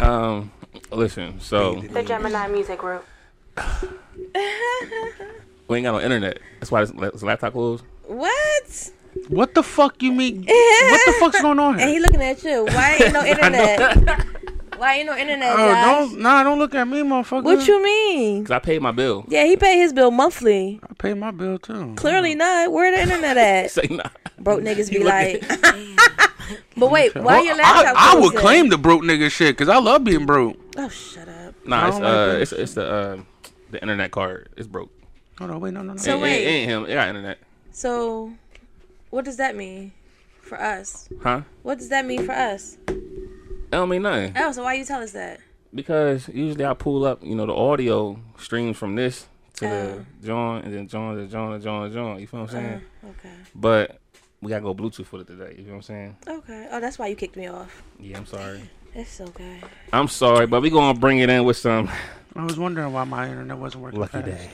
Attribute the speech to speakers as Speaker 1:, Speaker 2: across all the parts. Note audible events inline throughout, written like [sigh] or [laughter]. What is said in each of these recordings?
Speaker 1: Um, listen. So
Speaker 2: The Gemini Music Group.
Speaker 1: we ain't got no internet. That's why this, this laptop closed.
Speaker 3: What?
Speaker 4: What the fuck you mean? what the
Speaker 3: [laughs]
Speaker 4: fuck's going on
Speaker 3: And
Speaker 4: here?
Speaker 3: he looking at you. Why
Speaker 1: [laughs]
Speaker 4: [laughs]
Speaker 3: ain't no internet? Why ain't no internet?
Speaker 4: Oh,
Speaker 3: Josh?
Speaker 4: don't nah, don't look at me, motherfucker.
Speaker 3: What you mean?
Speaker 1: Cause I paid my bill. [laughs]
Speaker 3: Yeah, he paid his bill monthly.
Speaker 4: I pay my bill too.
Speaker 3: Clearly not. Where the
Speaker 4: [laughs]
Speaker 3: internet at?
Speaker 1: Say nah.
Speaker 3: Broke niggas be like. [laughs] but wait, why
Speaker 4: Well,
Speaker 3: your laptop?
Speaker 4: I, I would
Speaker 3: closing?
Speaker 4: claim the broke nigga shit because I love being broke.
Speaker 3: Oh, shut up.
Speaker 1: Nah,
Speaker 4: I
Speaker 1: it's
Speaker 4: don't like
Speaker 1: uh,
Speaker 4: this.
Speaker 1: it's it's the uh, the internet card. It's broke.
Speaker 4: Hold on, wait, no, no, no.
Speaker 3: So
Speaker 1: it,
Speaker 3: wait.
Speaker 1: it ain't him. It got internet.
Speaker 3: So, what does that mean for us?
Speaker 1: Huh?
Speaker 3: What does that mean for us?
Speaker 1: It don't mean nothing
Speaker 3: Oh, so why you tell us that?
Speaker 1: because usually I pull up, you know, the audio streams from this to
Speaker 3: Oh. Uh.
Speaker 1: the John and then John to John and John and John. You feel what I'm
Speaker 4: Uh-huh.
Speaker 1: saying?
Speaker 3: Okay.
Speaker 1: But we gotta go Bluetooth for it today. You know what I'm saying?
Speaker 3: Okay. Oh, that's why you kicked me off.
Speaker 1: Yeah, I'm sorry.
Speaker 3: It's okay.
Speaker 1: I'm sorry, but we gonna bring it in with some
Speaker 4: I was wondering why my internet wasn't working.
Speaker 1: lucky [laughs]
Speaker 4: fast.
Speaker 1: day.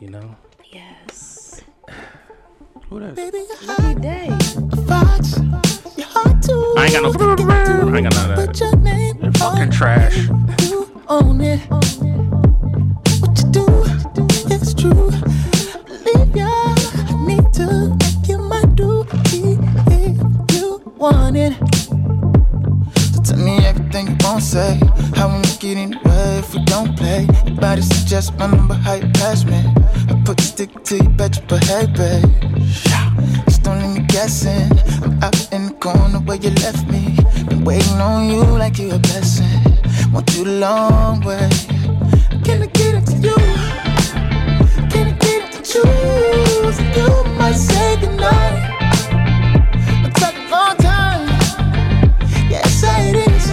Speaker 1: You know.
Speaker 3: Yes.
Speaker 4: Who that?
Speaker 3: Lucky
Speaker 1: I
Speaker 3: day.
Speaker 1: ain't got no. I ain't got none of that.
Speaker 4: You're fucking trash.
Speaker 5: Own it. What you do, it's true. Leave ya. Need to make you my duty if you want it.
Speaker 6: So tell me everything you want to say. How we make it anyway if we don't play. Your body suggests my number, how you pass me. I put the stick to your bet you behave, babe. Just don't leave me guessing. I'm out in the corner where you left me. Been waiting on you like you a blessing. Want you the long way.
Speaker 5: Can I get it to you? Can I get it to choose? You might say goodnight. Looks like a long time. Yes, it is.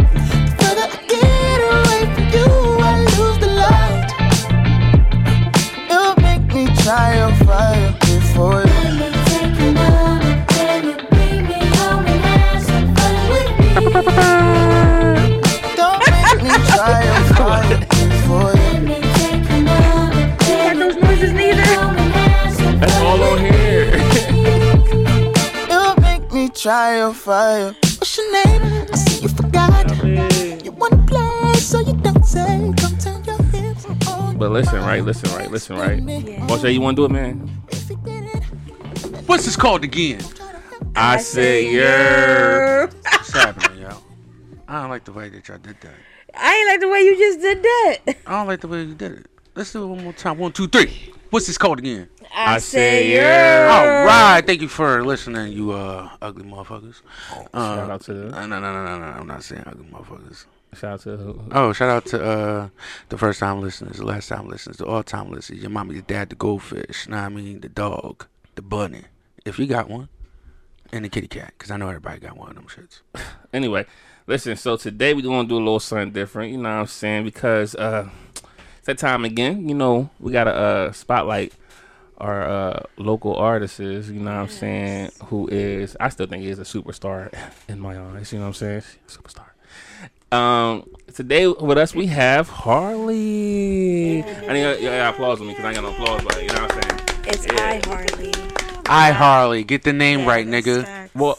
Speaker 5: The further I get away from you, I lose the light.
Speaker 6: You make me try your fire before you. Don't make me try
Speaker 1: [laughs]
Speaker 6: your fire before you.
Speaker 3: Got those noises neither.
Speaker 1: That's all on here. [laughs]
Speaker 6: You make me try your fire.
Speaker 5: What's your name? I see you forgot. You wanna play, so you don't say. Come turn your hips on.
Speaker 1: But listen, right? Listen, right? Listen, right? Oh, Jay, you wanna do it, man?
Speaker 5: If you did it,
Speaker 4: What's this called again?
Speaker 5: try to help.
Speaker 1: I, say yeah.
Speaker 4: What's happening, yo? I don't like the way that y'all did that.
Speaker 3: I ain't like the way you just did that.
Speaker 4: I don't like the way you did it. Let's do it one more time. One, two, three. What's this called again?
Speaker 1: I say
Speaker 3: yeah.
Speaker 1: yeah.
Speaker 4: All right. Thank you for listening, you uh ugly motherfuckers. Uh,
Speaker 1: Oh, Shout out to the-
Speaker 4: No, no, no, no, no. I'm not saying ugly motherfuckers.
Speaker 1: Shout out to who?
Speaker 4: Oh, shout out to uh, the first time listeners, the last time listeners, the all time listeners, your mommy, your dad, the goldfish, know what I mean, the dog, the bunny, if you got one, and the kitty cat, because I know everybody got one of them shits.
Speaker 1: anyway, listen, so today we're gonna do a little something different, you know what I'm saying? Because uh it's that time again, you know, we gotta uh spotlight our uh local artists, you know what I'm saying, who is I still think is a superstar [laughs] in my eyes, you know what I'm saying? Superstar. Um today with us we have Harley. I need y'all y'all gotta applause with me because I ain't got no applause button, you know what I'm saying?
Speaker 3: It's I Harley.
Speaker 4: I, Harley, get the name right, nigga.
Speaker 1: Well,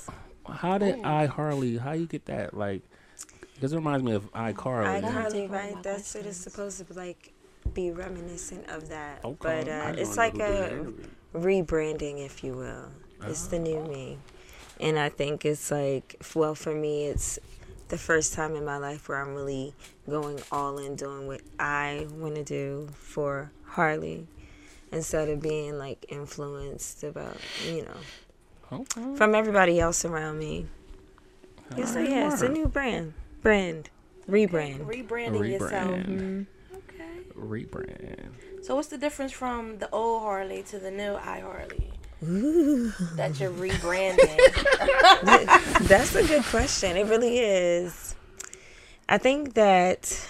Speaker 1: how did I Harley? How you get that? Like, because it reminds me of I Carly.
Speaker 2: I Iconic, right? That's what it's supposed to like be reminiscent of that.
Speaker 1: Okay.
Speaker 2: But
Speaker 1: I
Speaker 2: uh,
Speaker 4: don't
Speaker 2: it's
Speaker 4: know
Speaker 2: like
Speaker 4: who did
Speaker 2: a rebranding, if you will. It's the new me, and I think it's like f- well for me, it's the first time in my life where I'm really going all in, doing what I want to do for Harley. Instead of being like influenced about, you know,
Speaker 1: Okay.
Speaker 2: from everybody else around me. Yeah, so yeah, it's a new brand, brand, rebrand.
Speaker 3: Rebranding
Speaker 1: Rebrand.
Speaker 3: Okay.
Speaker 1: Rebrand.
Speaker 3: So what's the difference from the old Harley to the new I Harley? That you're rebranding.
Speaker 2: [laughs] That's a good question. It really is. I think that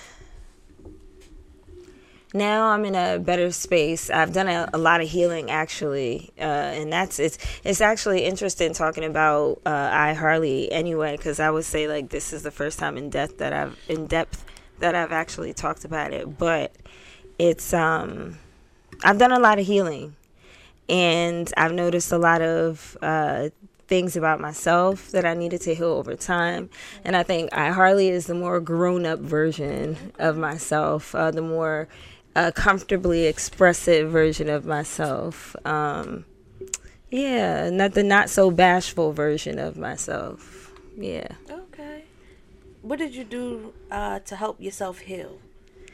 Speaker 2: now I'm in a better space. I've done a, a lot of healing actually, uh, and that's it's it's actually interesting talking about uh, I Harley anyway because I would say like this is the first time in depth that I've in depth that I've actually talked about it, but it's um I've done a lot of healing and I've noticed a lot of uh, things about myself that I needed to heal over time. And I think iHarley is the more grown up version of myself, uh, the more uh, comfortably expressive version of myself. Um, yeah, not the not so bashful version of myself. Yeah.
Speaker 3: Okay. What did you do uh, to help yourself heal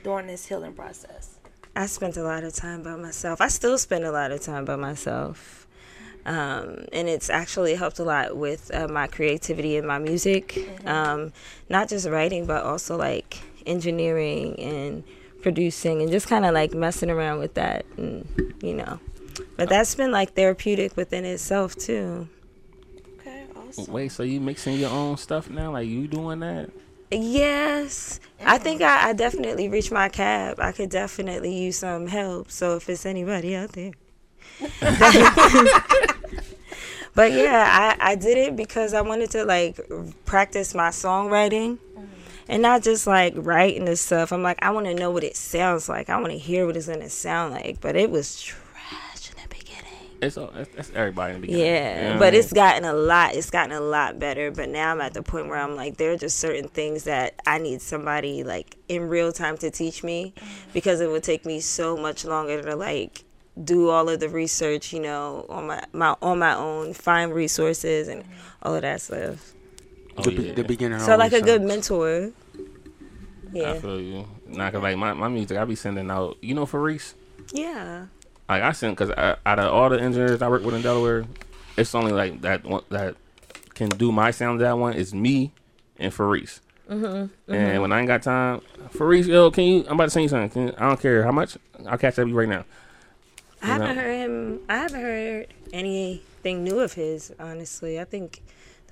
Speaker 3: during this healing process?
Speaker 2: I spent a lot of time by myself. I still spend a lot of time by myself. Um, and it's actually helped a lot with uh, my creativity and my music. Um, not just writing, but also like engineering and producing and just kind of like messing around with that. And, you know, but that's been like therapeutic within itself too.
Speaker 3: Okay, awesome.
Speaker 1: Wait, so you mixing your own stuff now? Like you doing that?
Speaker 2: Yes, I think I, I definitely reached my cab. I could definitely use some help. So if it's anybody out there, [laughs] but yeah, I, I did it because I wanted to like practice my songwriting. And not just like writing this stuff. I'm like, I want to know what it sounds like. I want to hear what it's going to sound like. But it was trash in the beginning.
Speaker 1: It's all, that's, that's everybody in the beginning.
Speaker 2: Yeah,
Speaker 1: You know
Speaker 2: but
Speaker 1: what I
Speaker 2: it's gotten a lot. It's gotten a lot better. But now I'm at the point where I'm like, there are just certain things that I need somebody like in real time to teach me, because it would take me so much longer to like do all of the research, you know, on my, my on my own, find resources and all of that stuff.
Speaker 1: mean?
Speaker 4: the,
Speaker 1: Oh,
Speaker 4: be-
Speaker 1: yeah.
Speaker 4: the beginning.
Speaker 2: So like a
Speaker 4: always
Speaker 2: good
Speaker 4: sucks.
Speaker 2: mentor.
Speaker 1: I
Speaker 2: Yeah,
Speaker 1: feel you. Nah, cause like my, my music, I be sending out. You know, Faris.
Speaker 2: yeah.
Speaker 1: Like I send, cause I, out of all the engineers I work with in Delaware, it's only like that one that can do my sound. That one is me and Faris. Mm-hmm, And when I ain't got time, Faris, yo, can you? I'm about to send you something. Can, I don't care how much. I'll catch up with you right now.
Speaker 2: I
Speaker 1: You know?
Speaker 2: haven't heard him. I haven't heard anything new of his. Honestly, I think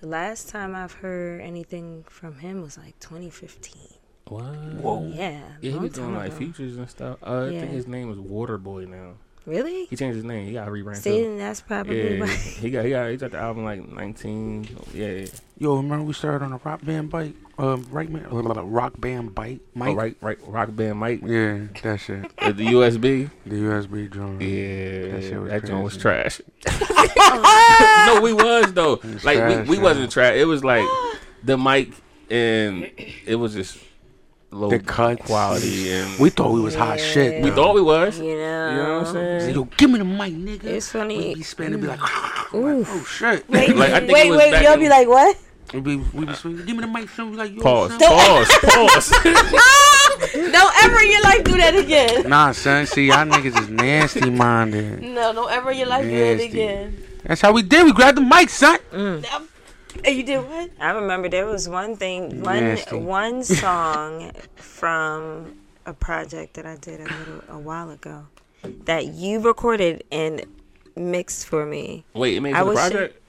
Speaker 2: the last time I've heard anything from him was like 2015.
Speaker 1: What?
Speaker 2: Yeah,
Speaker 1: Yeah, he
Speaker 2: long
Speaker 1: be doing
Speaker 2: time
Speaker 1: like
Speaker 2: ago.
Speaker 1: features and stuff. Uh, I
Speaker 2: Yeah.
Speaker 1: think his name is Waterboy now.
Speaker 2: Really?
Speaker 1: He changed his name. He got rebranded.
Speaker 2: See, and that's probably
Speaker 1: Yeah,
Speaker 2: why. [laughs]
Speaker 1: he got he got he dropped the album like 19. Yeah, yeah.
Speaker 4: Yo, remember we started on a rock band bike? Um, right, man. Rock band bike. Mike.
Speaker 1: Oh, right, right. Rock band Mike.
Speaker 4: Yeah, that shit.
Speaker 1: Uh, the
Speaker 2: [laughs]
Speaker 1: USB.
Speaker 4: The USB drum.
Speaker 1: Yeah,
Speaker 4: That shit was
Speaker 1: that joint was
Speaker 4: crazy.
Speaker 1: trash.
Speaker 2: [laughs]
Speaker 1: no, we was though.
Speaker 4: was
Speaker 1: Like
Speaker 4: trash,
Speaker 1: we, we
Speaker 4: yeah.
Speaker 1: wasn't trash. It was like the mic and it was just low
Speaker 4: The cuts.
Speaker 1: quality and
Speaker 4: We thought we was hot shit.
Speaker 1: we
Speaker 4: though.
Speaker 1: thought we was.
Speaker 2: You know.
Speaker 1: You
Speaker 2: [laughs]
Speaker 1: know what I'm saying?
Speaker 4: Yo, give me the mic, nigga.
Speaker 2: It's funny.
Speaker 4: We be spinning, be like, [laughs] like, oh shit.
Speaker 1: Like, I think it
Speaker 2: wait,
Speaker 1: was
Speaker 2: wait.
Speaker 1: back
Speaker 2: You'll
Speaker 1: in-
Speaker 2: be like, what?
Speaker 4: We be, we be swinging. Give me the mic, son. We like, yo,
Speaker 1: Pause.
Speaker 2: [laughs]
Speaker 4: son.
Speaker 1: Pause. Pause.
Speaker 3: Don't ever in your life do that again.
Speaker 4: Nah, son. See, y'all niggas is nasty minded.
Speaker 3: No, don't ever in your life do
Speaker 4: Nasty.
Speaker 3: that again.
Speaker 4: That's how we did. We grabbed the mic, son.
Speaker 3: And you did what?
Speaker 2: I remember there was one thing, one
Speaker 1: [laughs]
Speaker 4: Nasty.
Speaker 2: one song from a project that I did a little a while ago that you recorded and mixed for me.
Speaker 1: Wait, it made it
Speaker 2: I
Speaker 1: to the
Speaker 2: was-
Speaker 1: project.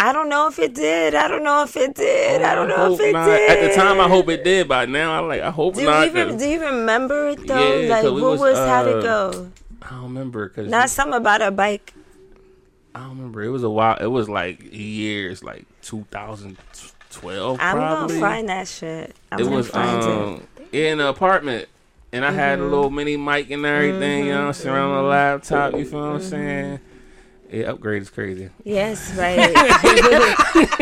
Speaker 2: I don't know if it did. I don't know if it did. I don't know
Speaker 1: hope
Speaker 2: if it
Speaker 1: not.
Speaker 2: did.
Speaker 1: At the time, I hope it did. By now, I'm like, I hope
Speaker 2: Do you,
Speaker 1: not.
Speaker 2: even, do you remember it though?
Speaker 1: Yeah,
Speaker 2: like
Speaker 1: 'cause
Speaker 2: what
Speaker 1: we
Speaker 2: was,
Speaker 1: was,
Speaker 2: how
Speaker 1: uh,
Speaker 2: to go?
Speaker 1: I don't remember because
Speaker 2: Not something about a bike.
Speaker 1: I don't remember. It was a while. It was like years, like 2012.
Speaker 2: I'm
Speaker 1: probably.
Speaker 2: gonna find that shit. I'm
Speaker 1: it
Speaker 2: gonna
Speaker 1: was
Speaker 2: find it. Mm-hmm.
Speaker 1: um in an apartment, and I had a little mini mic and everything. You know, what I'm saying around the laptop. You feel
Speaker 2: Mm-hmm.
Speaker 1: what I'm saying? Yeah, upgrade is crazy. [laughs]
Speaker 2: Yes, right.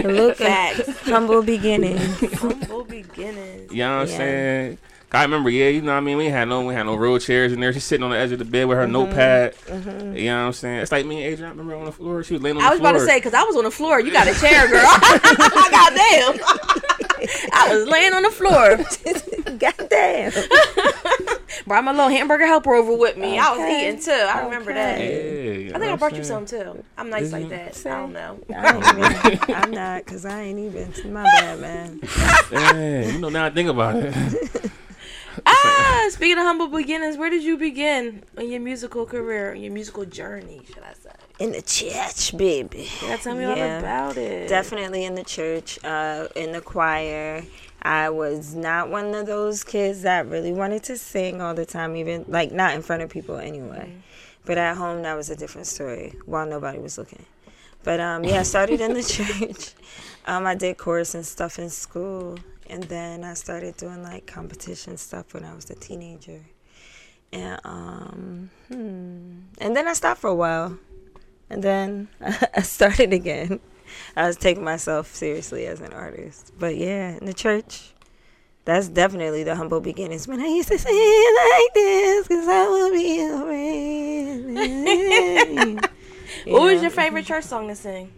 Speaker 2: Look at
Speaker 3: Facts.
Speaker 2: humble beginning.
Speaker 1: [laughs]
Speaker 3: Humble beginnings.
Speaker 1: You know what
Speaker 2: Yeah.
Speaker 1: I'm saying? I remember, yeah, you know what I mean? We had no we had no real chairs in there. She's sitting on the edge of the bed with
Speaker 2: Mm-hmm.
Speaker 1: her notepad. You know what I'm saying? It's like me and Adrian, I remember on the floor. She was laying on
Speaker 3: I
Speaker 1: the
Speaker 3: was
Speaker 1: floor.
Speaker 3: about to say, because I was on the floor. You got a chair, girl. [laughs] Goddamn. [laughs] I was laying on the floor.
Speaker 2: Goddamn.
Speaker 3: Brought my little hamburger helper over with me. I was eating too. I remember that.
Speaker 1: Yeah, you know
Speaker 3: I think I
Speaker 1: what
Speaker 3: brought
Speaker 1: I'm
Speaker 3: you
Speaker 1: saying?
Speaker 3: some too. I'm nice like that. I don't
Speaker 2: [laughs]
Speaker 3: know.
Speaker 2: I ain't even, I'm not, cause I ain't even. My bad, man.
Speaker 1: Yeah, you know, now I think about it.
Speaker 3: Ah, speaking of humble beginnings, where did you begin in your musical career, your musical journey, should I say?
Speaker 2: In the church, baby.
Speaker 3: Yeah, tell me all
Speaker 2: Yeah.
Speaker 3: about it.
Speaker 2: Definitely in the church, uh, in the choir. I was not one of those kids that really wanted to sing all the time, even like not in front of people anyway. But at home, that was a different story while nobody was looking. But um, yeah, I started in the [laughs] church. Um, I did chorus and stuff in school. And then I started doing like competition stuff when I was a teenager. And um, [laughs] hmm. and then I stopped for a while. And then I started again. I was taking myself seriously as an artist. But yeah, in the church, that's definitely the humble beginnings. When I used to say it like this, because I will be a
Speaker 3: [laughs] What was your
Speaker 2: Mm-hmm.
Speaker 3: favorite church song to sing?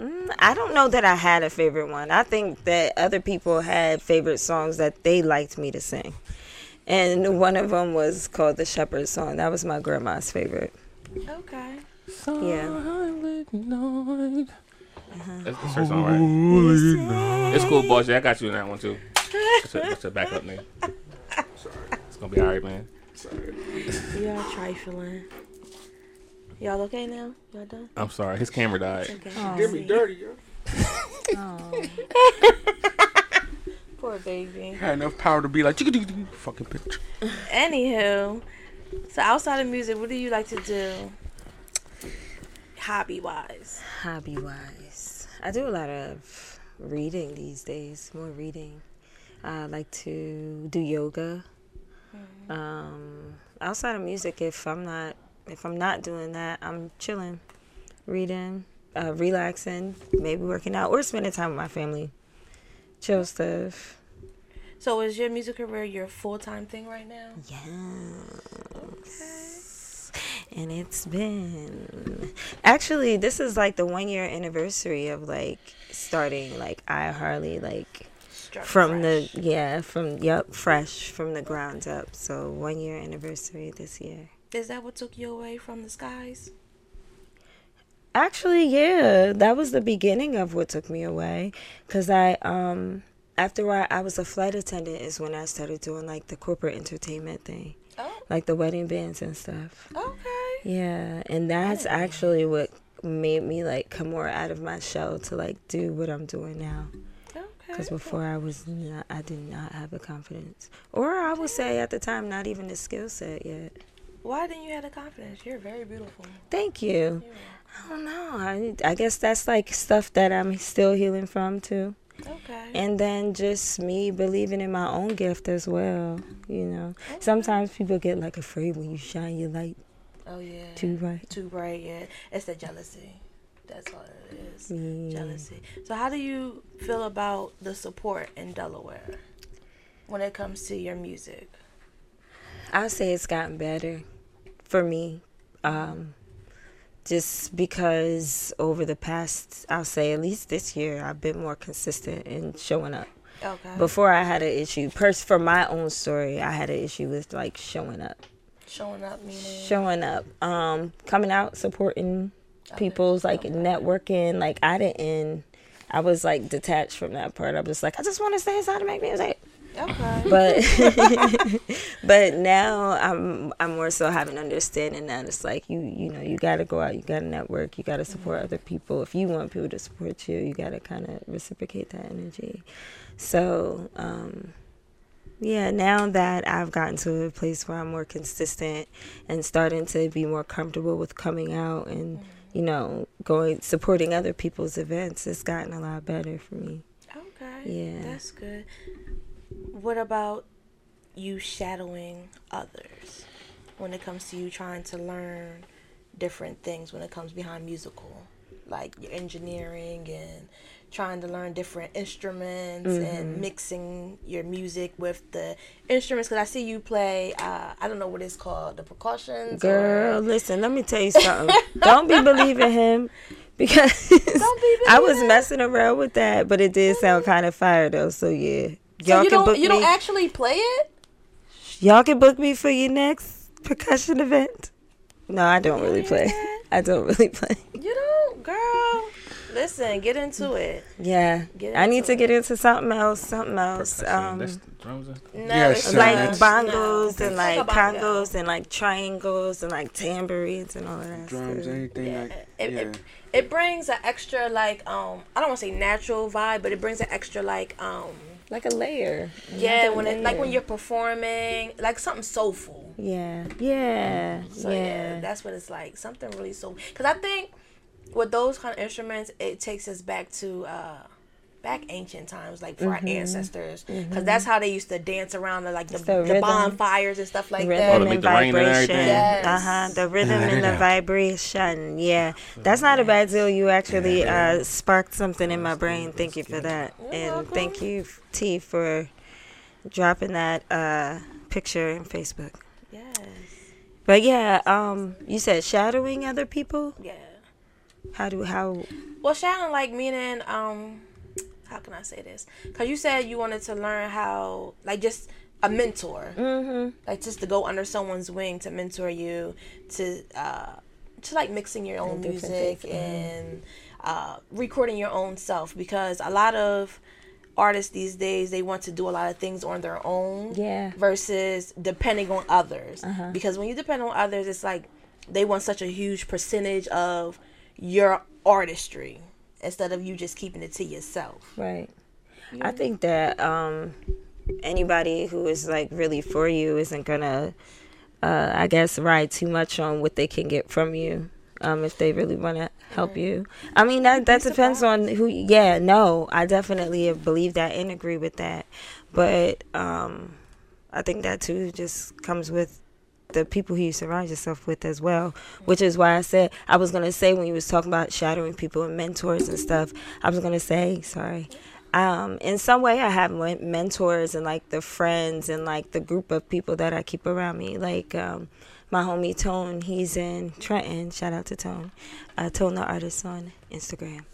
Speaker 2: Mm, I don't know that I had a favorite one. I think that other people had favorite songs that they liked me to sing. And one of them was called the Shepherd Song. That was my grandma's favorite.
Speaker 3: Okay.
Speaker 1: That's the church song, right? It's cool, boss. Yeah, I got you in that one too. That's a, that's a backup name. It's gonna be all right, man.
Speaker 3: Y'all trifling. Y'all okay now? Y'all done?
Speaker 1: I'm sorry, his camera died.
Speaker 3: Okay.
Speaker 4: Give me dirty, yo.
Speaker 3: Oh. [laughs] Poor baby.
Speaker 4: Had enough power to be like "Chicka-chicka-chicka," fucking bitch.
Speaker 3: Anywho, so outside of music, what do you like to do? Hobby wise.
Speaker 2: Hobby wise, I do a lot of reading these days, more reading. I like to do yoga. Um, outside of music, if I'm not if I'm not doing that, I'm chilling, reading, uh, relaxing, maybe working out or spending time with my family. Chill stuff.
Speaker 3: So is your music career your full time thing right now?
Speaker 2: Yes. And it's been actually this is like the one year anniversary of like starting like I Harley like
Speaker 3: Struck
Speaker 2: from
Speaker 3: fresh.
Speaker 2: the yeah from yep fresh from the ground up. So one year anniversary this year.
Speaker 3: Is that what took you away from the skies?
Speaker 2: Actually, yeah, that was the beginning of what took me away. Cause I um after I, I was a flight attendant is when I started doing like the corporate entertainment thing,
Speaker 3: Oh,
Speaker 2: like the wedding bands and stuff.
Speaker 3: okay.
Speaker 2: Yeah, and that's actually what made me like come more out of my shell to like do what I'm doing now. Because
Speaker 3: Okay.
Speaker 2: before I was not, I did not have the confidence, or I would say at the time, not even the skill set yet.
Speaker 3: Why didn't you have the confidence? You're very beautiful.
Speaker 2: Thank you. I don't know. I I guess that's like stuff that I'm still healing from too,
Speaker 3: Okay.
Speaker 2: and then just me believing in my own gift as well. You know, sometimes people get like afraid when you shine your light
Speaker 3: oh yeah.
Speaker 2: too bright.
Speaker 3: too bright yet. It's the jealousy. That's all it is.
Speaker 2: Mm.
Speaker 3: Jealousy. So how do you feel about the support in Delaware when it comes to your music?
Speaker 2: I say it's gotten better for me. Um, just because over the past, I'll say at least this year, I've been more consistent in showing up.
Speaker 3: Okay.
Speaker 2: Before I had an issue, pers- for my own story, I had an issue with like showing up,
Speaker 3: Showing up meaning
Speaker 2: showing up, um, coming out, supporting people's like networking. Like I didn't, I was like detached from that part. I was just like, I just want to stay inside and make music
Speaker 3: Okay.
Speaker 2: but but now I'm I'm more so have an understanding that it's like you you know you got to go out, you got to network, you got to support other people. If you want people to support you, you got to kind of reciprocate that energy. So um, yeah, now that I've gotten to a place where I'm more consistent and starting to be more comfortable with coming out and you know going supporting other people's events, it's gotten a lot better for me.
Speaker 3: Okay.
Speaker 2: Yeah.
Speaker 3: That's good. What about you shadowing others when it comes to you trying to learn different things when it comes behind musical? Like your engineering and trying to learn different instruments
Speaker 2: Mm-hmm.
Speaker 3: and mixing your music with the instruments. Because I see you play, uh, I don't know what it's called, the percussions. or-
Speaker 2: Girl, listen, let me tell you something. Don't be believing him
Speaker 3: [laughs]
Speaker 2: because
Speaker 3: be
Speaker 2: I was
Speaker 3: believing-
Speaker 2: messing around with that, but it did sound kind of fire though. So yeah,
Speaker 3: So
Speaker 2: y'all
Speaker 3: you
Speaker 2: can book
Speaker 3: don't, you
Speaker 2: me.
Speaker 3: don't actually play it?
Speaker 2: y'all can book me for your next percussion event. No, I don't really play. [laughs] I don't really play.
Speaker 3: You don't, girl. Listen, get into it.
Speaker 2: Yeah,
Speaker 3: Get
Speaker 2: I need
Speaker 3: into
Speaker 2: to
Speaker 3: it.
Speaker 2: get into something else. Something else.
Speaker 1: Percussion,
Speaker 2: Um,
Speaker 1: that's the drums. and-
Speaker 3: No,
Speaker 4: Yes,
Speaker 3: it's
Speaker 4: sir.
Speaker 3: not.
Speaker 2: like
Speaker 4: That's-
Speaker 2: bongos
Speaker 3: No.
Speaker 2: and
Speaker 3: Like a
Speaker 2: like
Speaker 3: bongo.
Speaker 2: congos and like triangles and like tambourines and all of that.
Speaker 4: Drums, eh?
Speaker 2: stuff.
Speaker 4: anything like
Speaker 3: it,
Speaker 4: yeah.
Speaker 3: it, it brings an extra like um I don't want to say natural vibe, but it brings an extra like um
Speaker 2: like a layer.
Speaker 3: yeah
Speaker 2: Another
Speaker 3: when it, like when
Speaker 2: layer.
Speaker 3: you're performing like something soulful.
Speaker 2: Yeah, yeah,
Speaker 3: Mm, So yeah,
Speaker 2: yeah.
Speaker 3: that's what it's like something really soulful. Because I think with those kind of instruments, it takes us back to uh back ancient times, like for our ancestors, because that's how they used to dance around the like the,
Speaker 2: the
Speaker 3: the
Speaker 2: rhythm.
Speaker 3: bonfires and stuff like
Speaker 1: Oh, to
Speaker 2: rhythm
Speaker 3: that.
Speaker 1: make
Speaker 2: and
Speaker 1: the rain and
Speaker 2: vibration.
Speaker 1: everything?
Speaker 3: Yes.
Speaker 2: Uh huh. The rhythm
Speaker 4: Yeah,
Speaker 2: and the
Speaker 4: yeah.
Speaker 2: vibration. Yeah, that's not a bad deal. You actually uh, sparked something in my brain. Thank you for that, and thank you T for dropping that uh, picture in Facebook.
Speaker 3: Yes,
Speaker 2: But yeah, um, you said shadowing other people.
Speaker 3: yeah.
Speaker 2: How do how?
Speaker 3: Well, shadowing like meaning um, how can I say this? Because you said you wanted to learn how like just a mentor, mm-hmm. like just to go under someone's wing to mentor you to uh to like mixing your own
Speaker 2: different
Speaker 3: music
Speaker 2: things, Mm-hmm.
Speaker 3: and uh recording your own self because a lot of artists these days they want to do a lot of things on their own
Speaker 2: Yeah. Uh-huh.
Speaker 3: versus depending on others because when you depend on others it's like they want such a huge percentage of your artistry instead of you just keeping it to yourself
Speaker 2: Right. I think that um, anybody who is like really for you isn't gonna, uh, I guess, ride too much on what they can get from you. Um, if they really want to help you, I mean that that depends on who. Yeah, no, I definitely believe that and agree with that, but um, I think that too just comes with the people who you surround yourself with as well, which is why I said I was gonna say when you was talking about shadowing people and mentors and stuff, I was gonna say sorry. Um, in some way, I have men- mentors and like the friends and like the group of people that I keep around me. Like um, my homie Tone, he's in Trenton. Shout out to Tone, uh, Tone the artist on Instagram.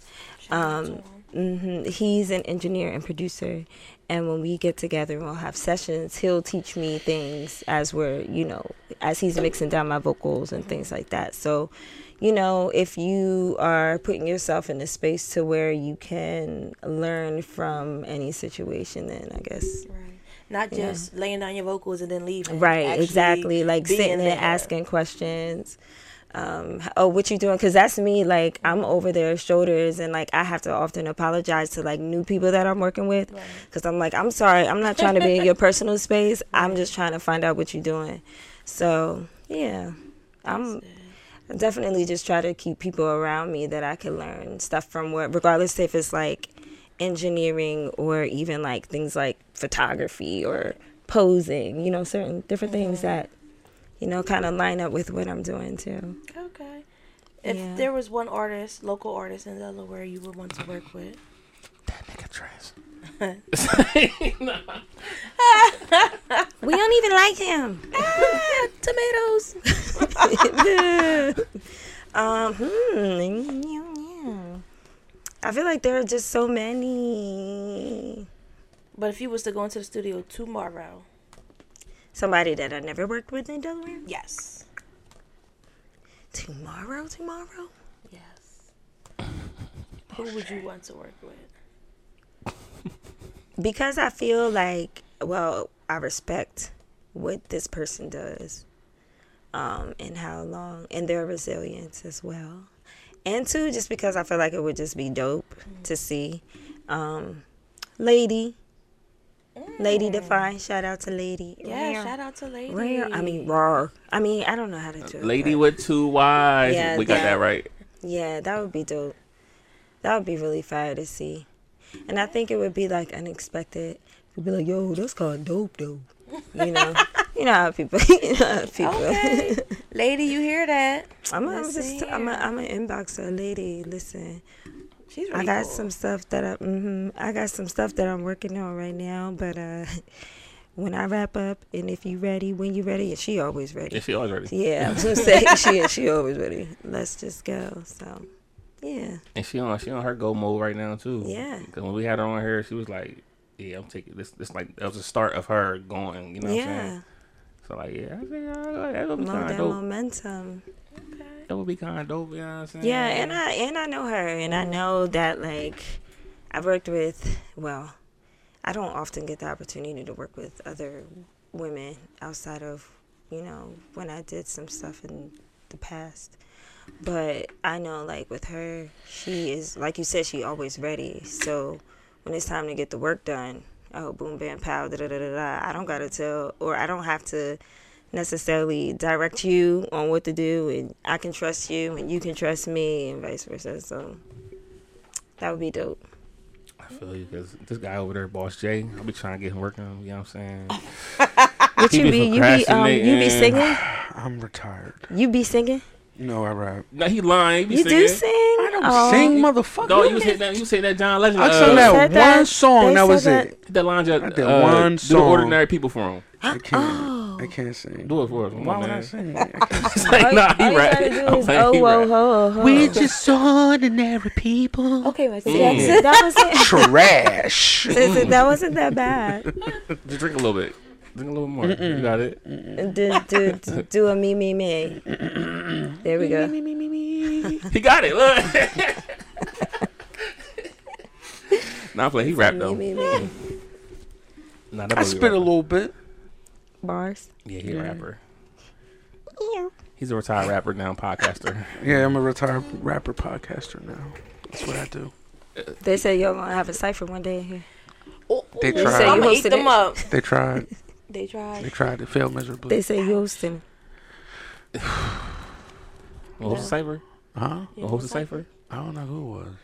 Speaker 2: Um, hmm He's an engineer and producer, and when we get together and we'll have sessions, he'll teach me things as we're, you know, as he's mixing down my vocals and things like that. So, you know, if you are putting yourself in a space to where you can learn from any situation, then I guess.
Speaker 3: right not just laying down your vocals and then leaving
Speaker 2: Right,
Speaker 3: Actually
Speaker 2: exactly. Like
Speaker 3: being
Speaker 2: sitting there
Speaker 3: there.
Speaker 2: asking questions. Um, h- oh, what you doing? Because that's me. Like I'm over their shoulders, and like I have to often apologize to like new people that I'm working with, because I'm like, I'm sorry, I'm not trying to be
Speaker 3: [laughs]
Speaker 2: in your personal space. I'm just trying to find out what you're doing. So yeah, I'm I definitely just try to keep people around me that I can learn stuff from. What, regardless if it's like engineering or even like things like photography or posing, you know, certain different things that you know kind of line up with what I'm doing too.
Speaker 3: okay if
Speaker 2: Yeah.
Speaker 3: there was one artist local artist in delaware you would want to work with
Speaker 1: That nigga trans.
Speaker 2: We don't even like him. Ah,
Speaker 3: tomatoes
Speaker 2: [laughs] um, hmm, yeah, yeah. I feel like there are just so many
Speaker 3: but if you was to go into the studio tomorrow
Speaker 2: somebody that I never worked with in Delaware.
Speaker 3: yes
Speaker 2: Tomorrow, tomorrow.
Speaker 3: yes who would you want to work with
Speaker 2: because I feel like, well, I respect what this person does, um, and how long, and their resilience as well, and two, just because I feel like it would just be dope to see, um, Lady, Lady Define. Shout out to Lady.
Speaker 3: yeah,
Speaker 2: Rare.
Speaker 3: shout out to lady
Speaker 2: Rare. I mean, raw. I mean, I don't know how to do it.
Speaker 1: Lady
Speaker 2: but-
Speaker 1: with two Y's.
Speaker 2: Yeah,
Speaker 1: we got
Speaker 2: yeah.
Speaker 1: that right.
Speaker 2: yeah, that would be dope. That would be really fire to see. And I think it would be like unexpected. You'd be like, yo, that's called dope though.
Speaker 3: [laughs]
Speaker 2: You know? you know how people [laughs] you know how people [laughs]
Speaker 3: okay lady you hear that
Speaker 2: I'm, a, I'm just
Speaker 3: Listen
Speaker 2: I'm a,
Speaker 3: here.
Speaker 2: I'm an inboxer lady. Listen.
Speaker 3: she's really
Speaker 2: I got
Speaker 3: cool.
Speaker 2: some stuff that I hmm I got some stuff that I'm working on right now, but uh [laughs] when I wrap up and if you ready, when you ready, and she always ready.
Speaker 1: Yeah, she always ready.
Speaker 2: [laughs] Yeah, I
Speaker 3: [laughs]
Speaker 2: was gonna say she she always ready. Let's just go. So yeah.
Speaker 1: And she on she on her go mode right now too.
Speaker 2: Yeah.
Speaker 1: 'Cause when we had her on here, she was like, "Yeah, I'm taking this. This like that was the start of her going. You know what I'm
Speaker 2: yeah.
Speaker 1: saying? So like, yeah, I think uh, that would be
Speaker 2: Mo-
Speaker 1: kind
Speaker 2: that
Speaker 1: of dope.
Speaker 2: momentum.
Speaker 1: That would be kind of dope. You know what I'm saying?
Speaker 2: Yeah, and I and I know her, and I know that like I've worked with. Well, I don't often get the opportunity to work with other women outside of you know when I did some stuff in the past. But I know like with her, she is like you said, she always ready. So when it's time to get the work done, oh boom bam pow da da da da da. I don't gotta tell, or I don't have to necessarily direct you on what to do and I can trust you and you can trust me and vice versa. So that would be dope.
Speaker 1: I feel you because this guy over there, Boss J, I'll be trying to get him working. You know what I'm saying?
Speaker 2: Oh.
Speaker 1: What
Speaker 2: you be you be um you be singing?
Speaker 4: I'm retired.
Speaker 2: You be singing?
Speaker 4: No, I rap.
Speaker 1: No, he lying. He be
Speaker 2: You
Speaker 1: singing.
Speaker 2: do sing? Oh, I
Speaker 4: I don't sing, motherfucker.
Speaker 1: No, you said that. You said that John Legend.
Speaker 4: I
Speaker 1: uh,
Speaker 4: sung that
Speaker 2: They
Speaker 4: one
Speaker 2: said that-
Speaker 4: song.
Speaker 2: they
Speaker 4: That was
Speaker 2: said
Speaker 4: it.
Speaker 1: That line just,
Speaker 4: I did
Speaker 1: uh,
Speaker 4: one
Speaker 1: Do the
Speaker 4: song.
Speaker 1: ordinary people for him.
Speaker 4: I
Speaker 2: Oh.
Speaker 4: can't. I can't sing.
Speaker 1: Do it for us.
Speaker 4: Why would I sing? I can't sing.
Speaker 1: Like, [laughs] nah, he
Speaker 2: All you
Speaker 1: right.
Speaker 2: gotta do
Speaker 1: I'm
Speaker 2: is
Speaker 1: like,
Speaker 2: oh
Speaker 1: he
Speaker 2: whoa
Speaker 1: right.
Speaker 2: ho ho.
Speaker 4: we just ordinary people.
Speaker 2: okay, Michael
Speaker 1: Mm.
Speaker 2: Jackson. That was it.
Speaker 4: Trash.
Speaker 2: Since it- that wasn't that bad.
Speaker 1: Just drink a little bit. Drink a little more. You got it.
Speaker 2: Do, do, do, do a me me me. There we go.
Speaker 1: [laughs] He got it.
Speaker 2: [laughs]
Speaker 1: Look. nah, play. He rapped
Speaker 2: Me
Speaker 1: though.
Speaker 2: me me.
Speaker 1: Nah, that boy
Speaker 4: I
Speaker 1: be
Speaker 4: spit a
Speaker 1: rapping.
Speaker 4: little bit.
Speaker 2: Bars.
Speaker 1: Yeah, he a rapper. He's a retired rapper now, [laughs] podcaster.
Speaker 4: Yeah, I'm a retired rapper podcaster now. That's what I do.
Speaker 2: They said y'all gonna have a cipher one day in here.
Speaker 3: Oh,
Speaker 4: They
Speaker 3: oh,
Speaker 4: tried.
Speaker 3: I'ma eat
Speaker 2: Hosted
Speaker 3: them
Speaker 2: it.
Speaker 3: up.
Speaker 4: They tried.
Speaker 3: They
Speaker 4: They
Speaker 3: tried.
Speaker 4: tried. They failed miserably.
Speaker 2: They say you hosting.
Speaker 1: Well, host a cipher.
Speaker 4: huh?
Speaker 1: Gonna host a cipher.
Speaker 4: I don't know who it was.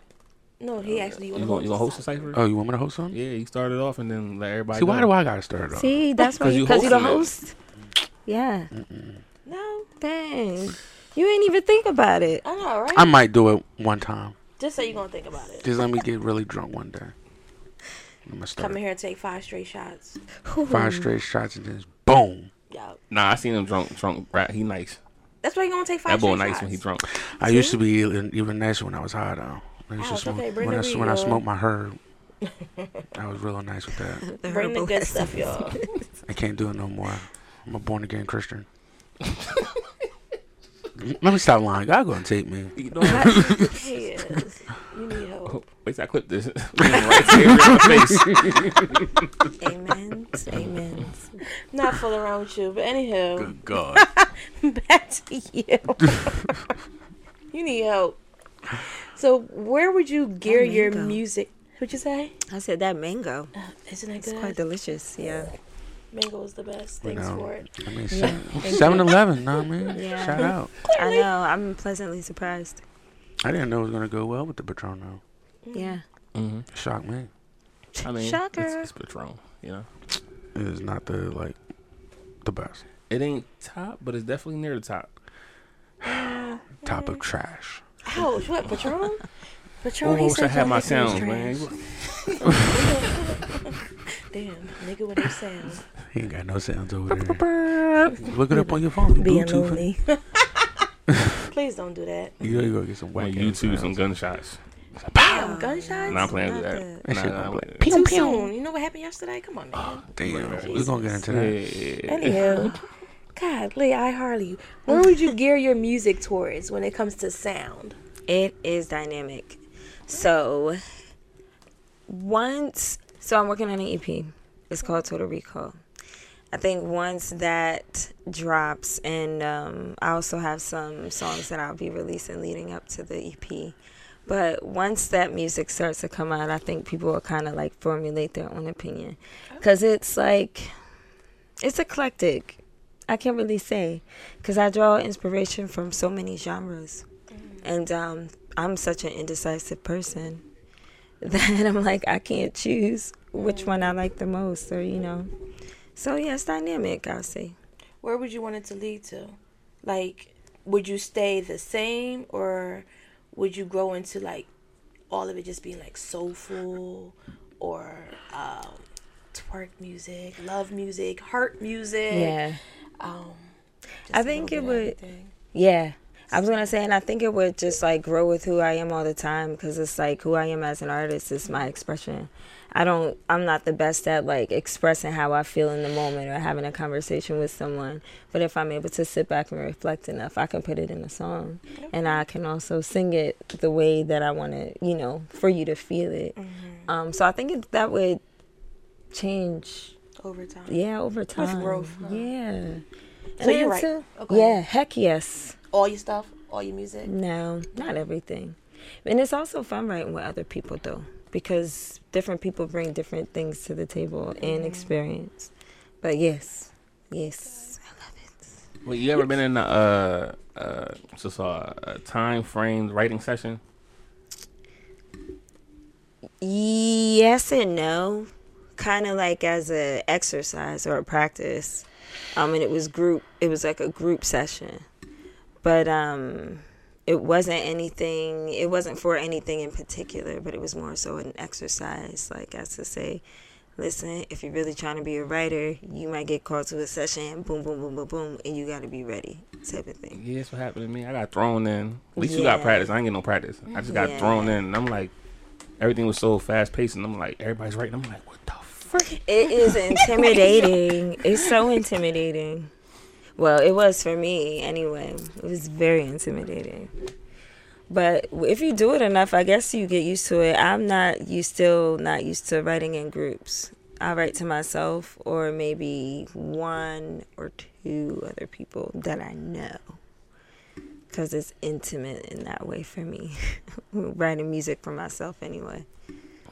Speaker 3: No, he actually.
Speaker 1: You gonna, you gonna host a cipher?
Speaker 4: Oh, you want me to host something?
Speaker 1: Uh, Yeah, you started off and then let everybody.
Speaker 4: See, why
Speaker 1: go.
Speaker 4: do I gotta start it off?
Speaker 2: See, that's why
Speaker 1: Because you
Speaker 2: you because you the
Speaker 1: hosting Mm.
Speaker 2: host. Yeah.
Speaker 3: No,
Speaker 2: Dang. You ain't even think about it.
Speaker 3: I know, right?
Speaker 4: I might do it one time.
Speaker 3: Just so you gonna think about it.
Speaker 4: Just let me get really drunk one day. I'm gonna start
Speaker 3: Come in here and take five straight shots.
Speaker 4: five straight shots and then boom.
Speaker 3: Yeah,
Speaker 1: Nah, I seen him drunk. Drunk. Right. He nice.
Speaker 3: that's why you gonna take
Speaker 1: That
Speaker 3: five
Speaker 1: boy
Speaker 3: straight
Speaker 1: nice
Speaker 3: shots.
Speaker 1: when he drunk.
Speaker 4: I used to be even, even nicer when I was high though. I used to
Speaker 3: Oh, it's
Speaker 4: smoke,
Speaker 3: okay. Bring
Speaker 4: when I
Speaker 3: the
Speaker 4: s- when I
Speaker 3: weed,
Speaker 4: smoked my
Speaker 3: [laughs]
Speaker 4: herb. I was real nice with that.
Speaker 2: The
Speaker 3: Bring the
Speaker 2: herbal
Speaker 3: good
Speaker 2: medicine.
Speaker 3: stuff, y'all. [laughs]
Speaker 4: I can't do it no more. I'm a born again Christian. Let me stop lying. God gonna take me.
Speaker 1: You know what?
Speaker 3: Yes. You need help.
Speaker 1: Wait till I clip this. [laughs] right here in my face.
Speaker 2: [laughs] Amen. Amen.
Speaker 3: Not full around with you, but anyhow, [laughs]
Speaker 4: God.
Speaker 3: back to you. you need help. So, where would you gear your
Speaker 2: mango.
Speaker 3: music? What'd you say?
Speaker 2: I said that mango.
Speaker 3: Isn't it
Speaker 2: It's quite
Speaker 3: good?
Speaker 2: delicious. Yeah.
Speaker 3: Mango is the best.
Speaker 4: You
Speaker 3: Thanks
Speaker 4: know,
Speaker 3: for it.
Speaker 4: I mean, Seven Eleven. Know what I
Speaker 3: [laughs]
Speaker 4: mean?
Speaker 2: Yeah.
Speaker 4: Shout out.
Speaker 2: I know. I'm pleasantly surprised.
Speaker 4: I didn't know it was gonna go well with the Patron though.
Speaker 2: Yeah.
Speaker 4: It shocked me.
Speaker 1: I mean, It's,
Speaker 2: Shocker.
Speaker 1: it's Patron. You know,
Speaker 4: It is not the like the best
Speaker 1: it ain't top, but it's definitely near the top.
Speaker 4: top
Speaker 3: Mm-hmm.
Speaker 4: of trash.
Speaker 3: Ouch! What Patron? Patron.
Speaker 1: Oh, I
Speaker 3: he
Speaker 1: wish I
Speaker 3: said
Speaker 1: had
Speaker 3: y'all
Speaker 1: my
Speaker 3: niggas was
Speaker 1: sounds,
Speaker 3: trash.
Speaker 1: man.
Speaker 3: Damn, nigga, with their sounds.
Speaker 4: He ain't got no sounds over there. Look it up on your phone. You
Speaker 2: Being
Speaker 4: Bluetooth. it.
Speaker 2: lonely.
Speaker 3: Please don't do that.
Speaker 4: You know you gonna get some
Speaker 1: On
Speaker 4: whack
Speaker 1: YouTube, some gunshots.
Speaker 3: Damn, gunshots.
Speaker 1: Nah, I'm playing with
Speaker 2: Not
Speaker 1: that.
Speaker 4: That shit
Speaker 1: Nah,
Speaker 4: gonna
Speaker 1: nah,
Speaker 4: be
Speaker 3: Too soon. You know what happened yesterday? Come on, man.
Speaker 1: [sighs]
Speaker 4: Damn, we're gonna get into that.
Speaker 1: yeah.
Speaker 3: Anyhow, God, Lee, I Harley, where would you gear your music towards when it comes to sound?
Speaker 2: It is dynamic. So once so I'm working on an EP. It's called Total Recall. I think once that drops, and um, I also have some songs that I'll be releasing leading up to the EP. But once that music starts to come out, I think people will kind of like formulate their own opinion. Because it's like, it's eclectic. I can't really say. Because I draw inspiration from so many genres. And um, I'm such an indecisive person [laughs] that I'm like, I can't choose which one I like the most, or you know. So yeah, it's dynamic. I'll say.
Speaker 3: Where would you want it to lead to? Like, would you stay the same or would you grow into like all of it just being like soulful or um, twerk music, love music, heart music?
Speaker 2: Yeah,
Speaker 3: Um, just
Speaker 2: I
Speaker 3: a
Speaker 2: think
Speaker 3: little
Speaker 2: it
Speaker 3: bit of
Speaker 2: would-
Speaker 3: everything.
Speaker 2: yeah. I was gonna say, and I think it would just like grow with who I am all the time, because it's like who I am as an artist is my expression. I don't, I'm not the best at like expressing how I feel in the moment or having a conversation with someone. But if I'm able to sit back and reflect enough, I can put it in a song. And I can also sing it the way that I want to, you know, for you to feel it.
Speaker 3: Mm-hmm.
Speaker 2: Um, so I think it, that would change,
Speaker 3: over time.
Speaker 2: yeah, over time.
Speaker 3: growth, huh?
Speaker 2: Yeah. And
Speaker 3: So you're
Speaker 2: then
Speaker 3: right.
Speaker 2: too-
Speaker 3: Oh, go
Speaker 2: yeah,
Speaker 3: ahead.
Speaker 2: heck yes.
Speaker 3: All your stuff, all your music.
Speaker 2: No, not everything. And it's also fun writing with other people, though, because different people bring different things to the table and experience. But yes, yes, I love it.
Speaker 1: Well, you ever been in a uh, uh, just a, a time frame writing session?
Speaker 2: Yes and no, kind of like as a exercise or a practice. Um, and it was group. It was like a group session, but um, it wasn't anything. It wasn't for anything in particular, but it was more so an exercise, like as to say, listen, if you're really trying to be a writer, you might get called to a session. Boom, boom, boom, boom, boom, and you got to be ready, type of thing.
Speaker 1: Yeah, that's what happened to me. I got thrown in. At least you got
Speaker 2: Yeah.
Speaker 1: practice. I ain't get no practice. I just got
Speaker 2: Yeah.
Speaker 1: thrown in, and I'm like, everything was so fast paced, and I'm like, everybody's right. I'm like, what the frick?
Speaker 2: It [laughs] is intimidating. it's so intimidating. Well, it was for me anyway. It was very intimidating. But if you do it enough, I guess you get used to it. I'm not you still not used to writing in groups. I write to myself or maybe one or two other people that I know. Cuz it's intimate in that way for me. [laughs] writing music for myself anyway.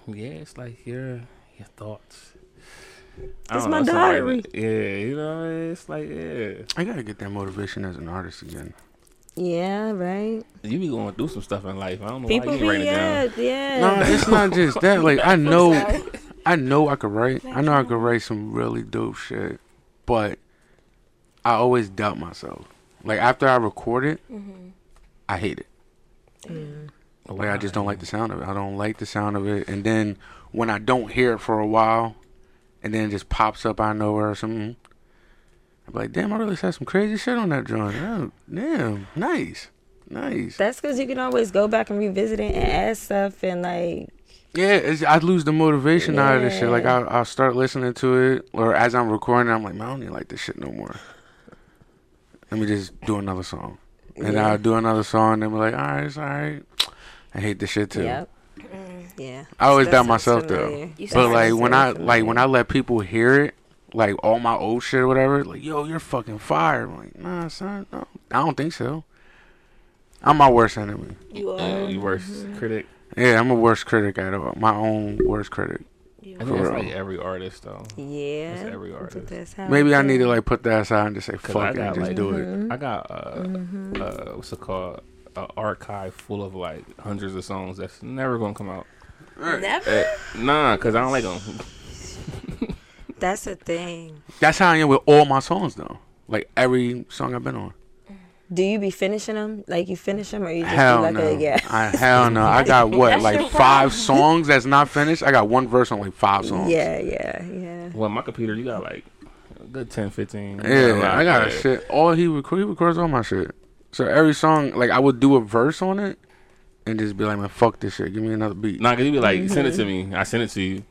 Speaker 1: Yeah, it's like your your thoughts.
Speaker 2: It's
Speaker 1: don't
Speaker 2: my
Speaker 1: it's like-
Speaker 2: diary.
Speaker 1: yeah, you know, it's like yeah.
Speaker 4: I gotta get that motivation as an artist again.
Speaker 2: Yeah, right?
Speaker 1: You be going through some stuff in life. I don't know
Speaker 2: People
Speaker 1: why you
Speaker 2: be
Speaker 1: ain't writing it down.
Speaker 2: yeah, yeah.
Speaker 4: No, it's not just that. Like I know, I know I could write. I know I could write some really dope shit, but I always doubt myself. Like after I record it, I hate it. Like I just don't like the sound of it. I don't like the sound of it. And then when I don't hear it for a while, and then it just pops up out of nowhere or something, I'm like, damn, I really said some crazy shit on that joint. Oh, damn, nice, nice.
Speaker 2: That's because you can always go back and revisit it and add stuff and like
Speaker 4: Yeah, it's, I lose the motivation out of this shit. Like I, I'll start listening to it, or as I'm recording, I'm like, man, I don't even like this shit no more. Let me just do another song, and I'll do another song, and be like, all right, it's all right. I hate this shit too.
Speaker 2: yep. Yeah.
Speaker 4: I always
Speaker 2: That
Speaker 4: doubt
Speaker 2: sounds
Speaker 4: myself
Speaker 2: Mm. familiar.
Speaker 4: though.
Speaker 3: You
Speaker 4: But
Speaker 3: sound
Speaker 4: like when I
Speaker 2: so
Speaker 4: like when I let people hear it, like all my old shit or whatever, like yo, you're fucking fired. I'm like nah, son, no, I don't think so. I'm my worst enemy.
Speaker 3: You are.
Speaker 1: Yeah, you worst
Speaker 2: Mm-hmm.
Speaker 1: critic.
Speaker 4: Yeah, I'm a worst critic out of my own worst critic.
Speaker 1: I think it's
Speaker 4: For real.
Speaker 1: like every artist though.
Speaker 2: Yeah.
Speaker 1: That's every
Speaker 2: I think
Speaker 1: artist.
Speaker 2: that's how
Speaker 4: Maybe
Speaker 2: it
Speaker 4: I need
Speaker 2: is.
Speaker 4: to like put that aside and just say
Speaker 1: 'Cause
Speaker 4: fuck it
Speaker 1: I got
Speaker 4: and just
Speaker 1: like,
Speaker 4: do it.
Speaker 1: I got uh,
Speaker 4: Mm-hmm.
Speaker 1: uh, what's it called? An archive full of like hundreds of songs that's never gonna come out.
Speaker 3: Never.
Speaker 1: Eh, nah, cause I don't like them.
Speaker 2: That's the thing.
Speaker 4: That's how I am with all my songs though. Like every song I've been on.
Speaker 2: Do you be finishing them? Like you finish them or you just
Speaker 4: Hell
Speaker 2: do like
Speaker 4: no.
Speaker 2: a yeah.
Speaker 4: I, hell no. I
Speaker 2: [laughs]
Speaker 4: got what like five songs that's not finished. I got one verse on like five [laughs] songs.
Speaker 2: Yeah, yeah, yeah.
Speaker 1: Well, my computer, you got like a good 10, 15.
Speaker 4: Yeah, I got
Speaker 1: Yeah.
Speaker 4: shit. All he record, he records all my shit. So every song, like I would do a verse on it, and just be like, man, fuck this shit. Give me another beat.
Speaker 1: Nah, cause you be like, send it to
Speaker 4: Mm-hmm.
Speaker 1: me. I send it to you.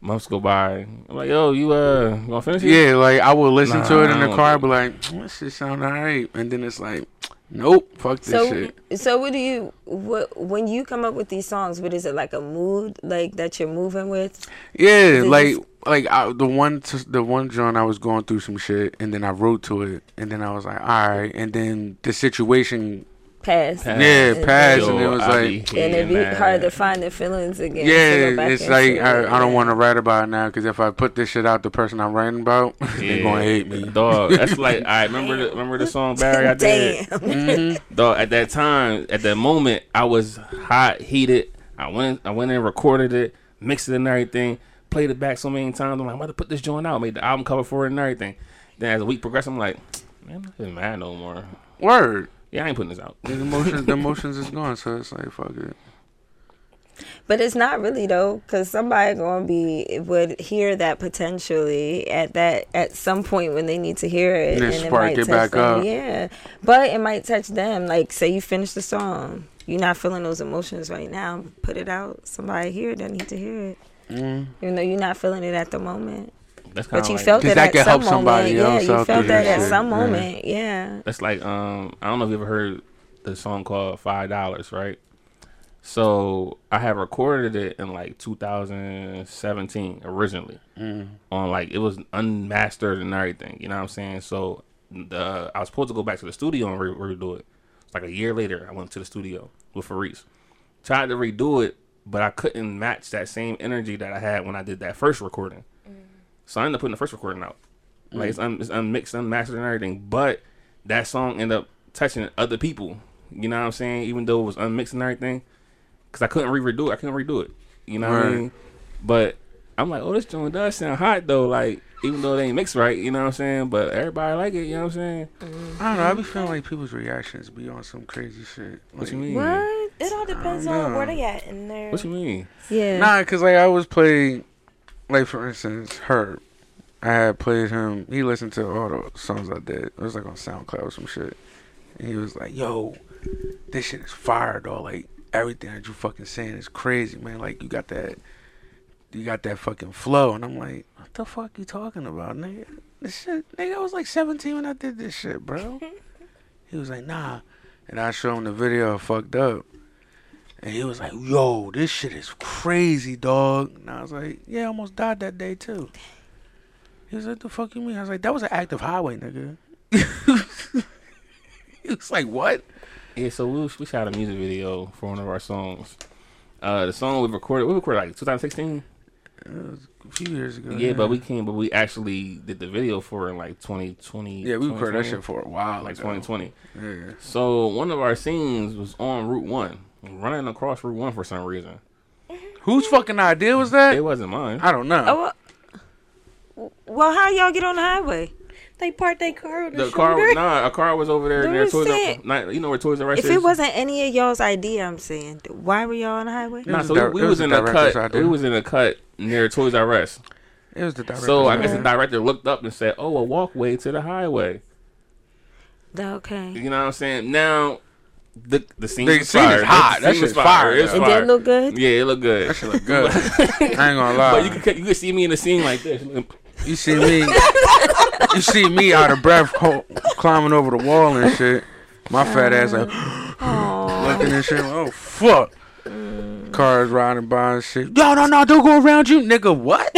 Speaker 1: Months go by. I'm like, yo, you uh, you gonna finish it?
Speaker 4: Yeah, like I would listen
Speaker 1: Nah,
Speaker 4: to it
Speaker 1: I
Speaker 4: in the
Speaker 1: don't
Speaker 4: car,
Speaker 1: do-
Speaker 4: be like, this shit sound alright, and then it's like, nope, fuck this
Speaker 2: So
Speaker 4: shit.
Speaker 2: so what do you what when you come up with these songs, what is it like a mood like that you're moving with?
Speaker 4: Yeah,
Speaker 2: it
Speaker 4: like
Speaker 2: just-
Speaker 4: like I, the one t- the one joint I was going through some shit, and then I wrote to it, and then I was like, all right, and then the situation,
Speaker 2: Past.
Speaker 1: Pass.
Speaker 4: yeah,
Speaker 2: And-
Speaker 4: passed,
Speaker 1: Yo,
Speaker 4: and it was
Speaker 1: I
Speaker 4: like.
Speaker 1: be
Speaker 2: And it'd be
Speaker 1: hating
Speaker 2: hard to
Speaker 1: that.
Speaker 2: find the feelings again. to go
Speaker 4: Yeah,
Speaker 2: back
Speaker 4: it's
Speaker 2: into
Speaker 4: like
Speaker 2: it.
Speaker 4: I, I don't
Speaker 2: Yeah.
Speaker 4: want to write about it now because if I put this shit out, the person I'm writing about, [laughs] they're
Speaker 1: Yeah,
Speaker 4: gonna hate me.
Speaker 1: dog. That's
Speaker 4: [laughs]
Speaker 1: like I remember. The, remember the song Barry? I did. Mm-hmm.
Speaker 2: Damn.
Speaker 1: Dog. At that time, at that moment, I was hot, heated. I went. I went and recorded it, mixed it and everything. Played it back so many times. I'm like, I'm about to put this joint out. Made the album cover for it and everything. Then as the week progressed, I'm like, man, I'm not even mad no more.
Speaker 4: Word,
Speaker 1: Yeah, I ain't putting this out.
Speaker 4: the emotions, the emotions is gone, so it's like fuck it.
Speaker 2: But it's not really though, because somebody gonna be would hear that potentially at that at some point when they need to hear it,
Speaker 4: And it spark it
Speaker 2: touch
Speaker 4: back
Speaker 2: them.
Speaker 4: up.
Speaker 2: Yeah, but it might touch them. Like say you finish the song, you're not feeling those emotions right now. Put it out. Somebody here doesn't need to hear it.
Speaker 4: Mm-hmm.
Speaker 2: Even though you're not feeling it at the moment,
Speaker 1: That's kind
Speaker 2: but
Speaker 1: of
Speaker 2: you
Speaker 1: like,
Speaker 2: felt
Speaker 4: 'Cause
Speaker 2: it
Speaker 4: that
Speaker 2: at
Speaker 4: could
Speaker 2: some
Speaker 4: help somebody
Speaker 2: moment.
Speaker 4: else
Speaker 2: yeah, you
Speaker 4: out
Speaker 2: felt
Speaker 4: through
Speaker 2: that
Speaker 4: that
Speaker 2: at
Speaker 4: shit,
Speaker 2: some
Speaker 4: yeah.
Speaker 2: moment. Yeah.
Speaker 1: That's like um I don't know if you ever heard the song called Five Dollars, right? So I had recorded it in like 2017 originally, on like it was unmastered and everything. You know what I'm saying? So the I was supposed to go back to the studio and re- redo it. It's like a year later, I went to the studio with Faris, tried to redo it, but I couldn't match that same energy that I had when I did that first recording. So I ended up putting the first recording out. Like it's, un, it's unmixed, unmastered, and everything. But that song ended up touching other people. You know what I'm saying? Even though it was unmixed and everything, because I couldn't re-redo it. I couldn't redo it. You know what I
Speaker 4: Right.
Speaker 1: mean? But I'm like, oh, this joint does sound hot though. Like even though they ain't mixed right, you know what I'm saying? But everybody like it. You know what I'm saying?
Speaker 4: I don't know. I be feeling like people's reactions be on some crazy shit.
Speaker 1: What
Speaker 4: Like,
Speaker 1: you mean?
Speaker 2: What?
Speaker 3: It all depends
Speaker 4: I don't
Speaker 3: on where
Speaker 4: know.
Speaker 3: they at in their.
Speaker 1: What you mean?
Speaker 2: Yeah.
Speaker 4: Nah, cause like I was playing, like for instance, Herb. I had played him. He listened to all the songs I did. It was like on SoundCloud or some shit. And he was like, "Yo, this shit is fire, though. Like everything that you fucking saying is crazy, man. Like you got that, you got that fucking flow." And I'm like, "What the fuck you talking about, nigga? This shit, nigga. I was like 17 when I did this shit, bro." he was like, "Nah," and I showed him the video. I fucked up. And he was like, "Yo, this shit is crazy, dog." And I was like, "Yeah, I almost died that day too." He was like, "The fuck you mean?" I was like, "That was an active highway, nigga." [laughs] he was like, "What?"
Speaker 1: Yeah, so we was- we shot a music video for one of our songs. Uh, the song we recorded, we recorded like 2016.
Speaker 4: It was a few years ago.
Speaker 1: Yeah, but we came, but we actually did the video for it in like 2020.
Speaker 4: yeah we recorded that
Speaker 1: 2020,
Speaker 4: shit for a while,
Speaker 1: like
Speaker 4: ago.
Speaker 1: 2020.
Speaker 4: Yeah.
Speaker 1: So one of our scenes was on Route One, running across Route One for some reason.
Speaker 4: Whose fucking idea was that?
Speaker 1: It wasn't mine.
Speaker 4: I don't know.
Speaker 2: Oh, well- well, how y'all get on the highway?
Speaker 3: They part their car on the,
Speaker 1: the car,
Speaker 3: shoulder.
Speaker 1: nah, a car was over there.
Speaker 2: Don't
Speaker 1: there,
Speaker 2: you
Speaker 1: towards
Speaker 2: say it.
Speaker 1: not, you know where Toys R Us
Speaker 2: If
Speaker 1: is.
Speaker 2: it wasn't any of y'all's idea, I'm saying, why were y'all on the highway?
Speaker 1: nah,
Speaker 4: was
Speaker 1: so
Speaker 4: a
Speaker 1: we,
Speaker 4: dir-
Speaker 1: we
Speaker 4: it was
Speaker 1: was
Speaker 4: a
Speaker 1: in a
Speaker 4: director's
Speaker 1: cut.
Speaker 4: idea.
Speaker 1: We was in a cut near Toys R Us.
Speaker 4: it was the director.
Speaker 1: So I guess the director looked up and said, "Oh, a walkway to the highway."
Speaker 2: The- Okay.
Speaker 1: You know what I'm saying? Now, the the scene
Speaker 4: The
Speaker 1: was
Speaker 4: scene is
Speaker 1: fire.
Speaker 4: hot.
Speaker 1: The
Speaker 4: That
Speaker 1: scene was
Speaker 4: shit's fire,
Speaker 1: It's
Speaker 4: though.
Speaker 2: It
Speaker 1: fire.
Speaker 2: did look good.
Speaker 1: Yeah, it looked good.
Speaker 4: that shit
Speaker 1: [laughs]
Speaker 4: look good. I ain't
Speaker 1: But
Speaker 4: gonna lie.
Speaker 1: you could you could see me in the scene like this.
Speaker 4: You see me, you see me out of breath, ho- climbing over the wall and shit. My fat ass like [gasps] looking and shit. Oh fuck! Cars riding by and shit. Yo, no, no, don't go around you, nigga. What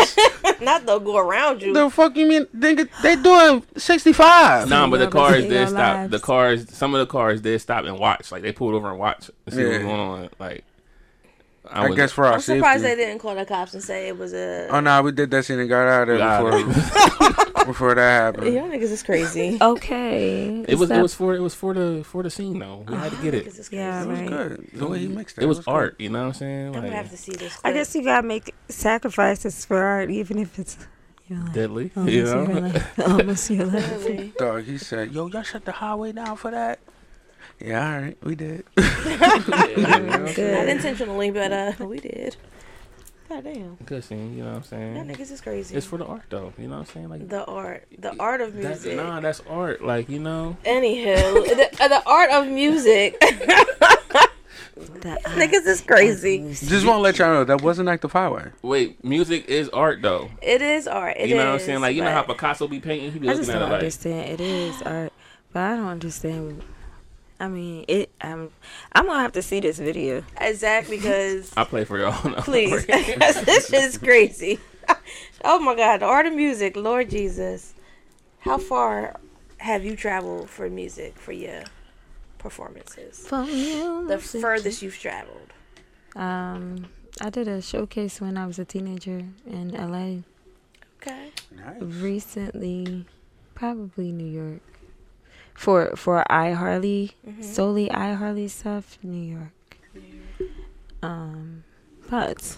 Speaker 3: Not they'll go around you.
Speaker 4: the fuck you mean, nigga? They doing sixty five.
Speaker 1: No, but the
Speaker 2: Love us
Speaker 1: cars
Speaker 2: in
Speaker 1: did
Speaker 2: your
Speaker 1: stop.
Speaker 2: lives.
Speaker 1: The cars, some of the cars did stop and watch. Like they pulled over and watched to see what
Speaker 4: Yeah.
Speaker 1: was going on. Like,
Speaker 4: I,
Speaker 1: was-
Speaker 4: guess for our
Speaker 3: I'm
Speaker 4: safety.
Speaker 3: surprised they didn't call the cops and say it was a.
Speaker 4: Oh no, we did that scene and got out of
Speaker 1: Got
Speaker 4: [laughs] there before before that
Speaker 3: [laughs]
Speaker 4: happened.
Speaker 3: Y'all niggas is crazy.
Speaker 2: Okay.
Speaker 1: it was
Speaker 2: Stop.
Speaker 1: it was for it was for the for the scene though. We had to get it.
Speaker 3: Niggas is crazy.
Speaker 2: Yeah,
Speaker 4: It was
Speaker 2: right.
Speaker 4: good. The way he mixed it,
Speaker 1: It was
Speaker 4: good.
Speaker 1: art. You know what I'm saying?
Speaker 3: I'm gonna have
Speaker 1: Like
Speaker 3: to see this.
Speaker 2: I
Speaker 3: clip.
Speaker 2: guess you gotta make sacrifices for art, even if it's your life.
Speaker 1: deadly.
Speaker 2: Almost
Speaker 1: You
Speaker 2: your
Speaker 1: know.
Speaker 2: life.
Speaker 1: [laughs]
Speaker 2: Almost your life.
Speaker 3: Clearly.
Speaker 4: Dog, he said, "Yo, y'all shut the highway down for that." Yeah, all right, we did.
Speaker 3: [laughs]
Speaker 1: [laughs]
Speaker 3: [laughs] Not
Speaker 2: Good.
Speaker 3: intentionally, [laughs] but uh, we did. God damn,
Speaker 1: Good scene. You know what I'm
Speaker 3: y'all
Speaker 1: saying?
Speaker 3: niggas is crazy.
Speaker 1: It's for the art though. You know what I'm saying? Like
Speaker 3: the art, the art of
Speaker 1: that's
Speaker 3: music.
Speaker 1: nah, that's art. Like you know.
Speaker 3: Anywho, [laughs] the, uh, the art of music. [laughs]
Speaker 2: The art
Speaker 3: niggas is crazy.
Speaker 2: moves.
Speaker 4: Just want to let y'all know that wasn't active highway.
Speaker 1: Wait, music is art though.
Speaker 3: It is art. It is.
Speaker 1: you know what I'm saying? Like you know how
Speaker 3: but
Speaker 1: Picasso be painting, he be
Speaker 2: I
Speaker 1: looking
Speaker 2: just
Speaker 1: at
Speaker 2: don't
Speaker 1: it like
Speaker 2: understand. It is art, but I don't understand. I mean, it. I'm. I'm gonna have to see this video.
Speaker 3: exactly because
Speaker 1: I play for y'all. [laughs] No,
Speaker 3: please,
Speaker 1: don't worry.
Speaker 3: [laughs]
Speaker 2: [laughs]
Speaker 1: [laughs]
Speaker 3: this shit is crazy. [laughs] oh my god, the art of music, Lord Jesus, how far have you traveled for music for your performances?
Speaker 2: From you,
Speaker 3: The furthest you've traveled.
Speaker 2: Um, I did a showcase when I was a teenager in LA.
Speaker 3: Okay.
Speaker 2: Recently, probably New York. For for iHarley, solely iHarley stuff, New York. Um, but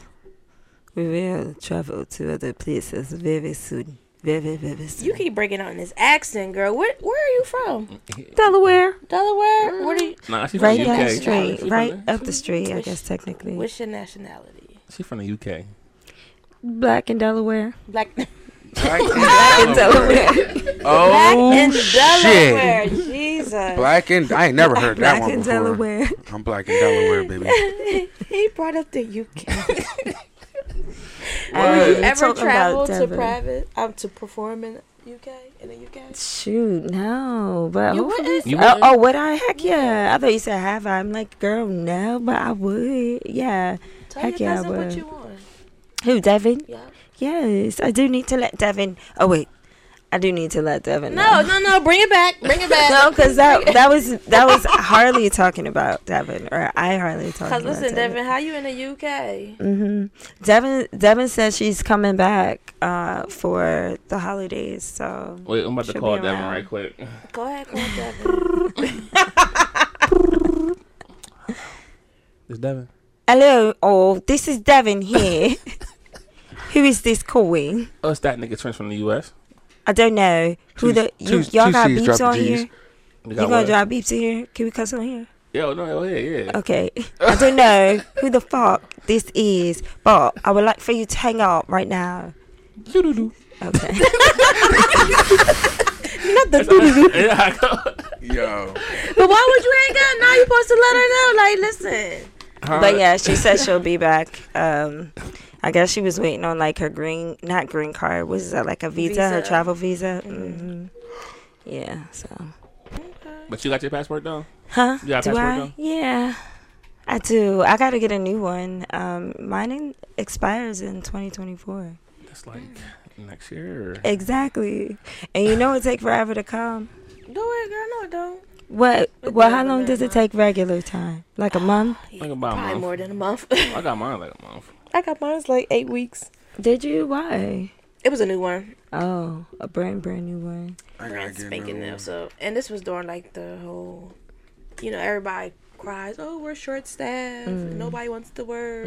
Speaker 2: we will travel to other places very soon. Very very soon.
Speaker 3: You keep breaking on this accent, girl. Where where are you from?
Speaker 2: Delaware.
Speaker 3: Delaware? What are you
Speaker 1: Nah, she from
Speaker 2: Right
Speaker 1: the
Speaker 2: down
Speaker 1: UK.
Speaker 2: the
Speaker 1: She
Speaker 2: street.
Speaker 1: from
Speaker 2: Right
Speaker 1: the-
Speaker 2: up the street, I guess technically.
Speaker 3: What's your nationality?
Speaker 1: She from the UK.
Speaker 2: Black in Delaware. [laughs]
Speaker 3: Black [laughs]
Speaker 4: Black
Speaker 2: In Delaware.
Speaker 4: Oh
Speaker 3: Black in
Speaker 4: shit!
Speaker 3: Delaware. Jesus.
Speaker 4: Black and I ain't never heard that
Speaker 2: Black
Speaker 4: one
Speaker 2: in
Speaker 4: before.
Speaker 2: Delaware.
Speaker 4: I'm black in Delaware,
Speaker 3: [laughs]
Speaker 4: baby.
Speaker 3: he brought up the UK.
Speaker 2: [laughs] Uh,
Speaker 3: Have you
Speaker 2: we
Speaker 3: ever
Speaker 2: talking about
Speaker 3: traveled to
Speaker 2: Devon.
Speaker 3: private um to perform in UK in the UK?
Speaker 2: Shoot, no. But
Speaker 3: You
Speaker 2: hopefully-
Speaker 3: wouldn't?
Speaker 1: You
Speaker 2: oh,
Speaker 1: wouldn't?
Speaker 2: oh, would I? Heck yeah. I thought you said have I. I'm like, girl, no, but I would. Yeah.
Speaker 3: Tell
Speaker 2: Heck
Speaker 3: your
Speaker 2: yeah, I
Speaker 3: cousin
Speaker 2: would.
Speaker 3: what you want.
Speaker 2: Who, Devin?
Speaker 3: Yeah.
Speaker 2: Yes, I do need to let Devin. Oh wait, I do need to let Devin.
Speaker 3: No,
Speaker 2: know.
Speaker 3: no,
Speaker 2: [laughs]
Speaker 3: no. Bring it back. Bring it [laughs] back.
Speaker 2: No, because that that was that was Harley talking about Devin, or I Harley talking
Speaker 3: Cause
Speaker 2: about.
Speaker 3: listen, Devin, how you in the UK?
Speaker 2: hmm Devin Devin said she's coming back uh, for the holidays. So
Speaker 1: Wait, I'm about
Speaker 2: Should
Speaker 1: to
Speaker 2: be
Speaker 1: call Devin
Speaker 2: around.
Speaker 1: right quick.
Speaker 3: Go ahead, call Devin.
Speaker 1: It's Devin.
Speaker 2: Hello, all. This is Devin here. Who is this calling?
Speaker 1: Oh, it's that nigga Trench from the U.S.
Speaker 2: I don't know. Who
Speaker 4: Two-
Speaker 2: the you,
Speaker 4: two-
Speaker 2: y'all
Speaker 4: two
Speaker 2: got
Speaker 4: Cs, drop
Speaker 2: beeps
Speaker 4: the
Speaker 2: on
Speaker 4: Gs.
Speaker 2: here?
Speaker 1: We
Speaker 2: You
Speaker 1: got
Speaker 2: gonna
Speaker 1: what?
Speaker 2: drop beeps in here? Can we cuss on here?
Speaker 1: Yo, no, oh yeah, yeah.
Speaker 2: Okay. I
Speaker 4: [laughs]
Speaker 2: don't know who the fuck this is, but I would like for you to hang up right now. [laughs]
Speaker 1: Doo-doo-doo.
Speaker 4: [laughs]
Speaker 2: Okay.
Speaker 1: [laughs] Yeah, I go.
Speaker 4: Yo.
Speaker 3: [laughs] But why would you hang up? Now you're supposed to let her know. Like, listen.
Speaker 2: but yeah, she said she'll be back. Um, I guess she was waiting on like her green, not green card. What is that? Like a visa, her
Speaker 3: Visa.
Speaker 2: travel visa. hmm Yeah. So,
Speaker 1: But you got your passport though.
Speaker 2: huh?
Speaker 1: You got a passport,
Speaker 2: do I?
Speaker 1: though?
Speaker 2: Yeah, I do. I got to get a new one. Um, mine in, expires in 2024.
Speaker 1: That's like next
Speaker 2: [laughs]
Speaker 1: year. Or...
Speaker 2: Exactly. And you know it take forever to come.
Speaker 3: Do it, girl. No, it don't.
Speaker 2: What?
Speaker 3: It's
Speaker 2: Well, how
Speaker 3: another
Speaker 2: long does it
Speaker 3: month.
Speaker 2: take regular time? Like a month?
Speaker 1: Like about a
Speaker 3: Probably
Speaker 1: month.
Speaker 3: more than a month. [laughs]
Speaker 1: I got mine like a month.
Speaker 3: I got mine's like eight weeks.
Speaker 2: Did you? Why?
Speaker 3: It was a new one.
Speaker 2: Oh, a brand brand new one.
Speaker 4: I
Speaker 3: Brand spanking new. So, and this was during like the whole, you know, everybody cries. Oh, we're short staffed. Nobody wants to work.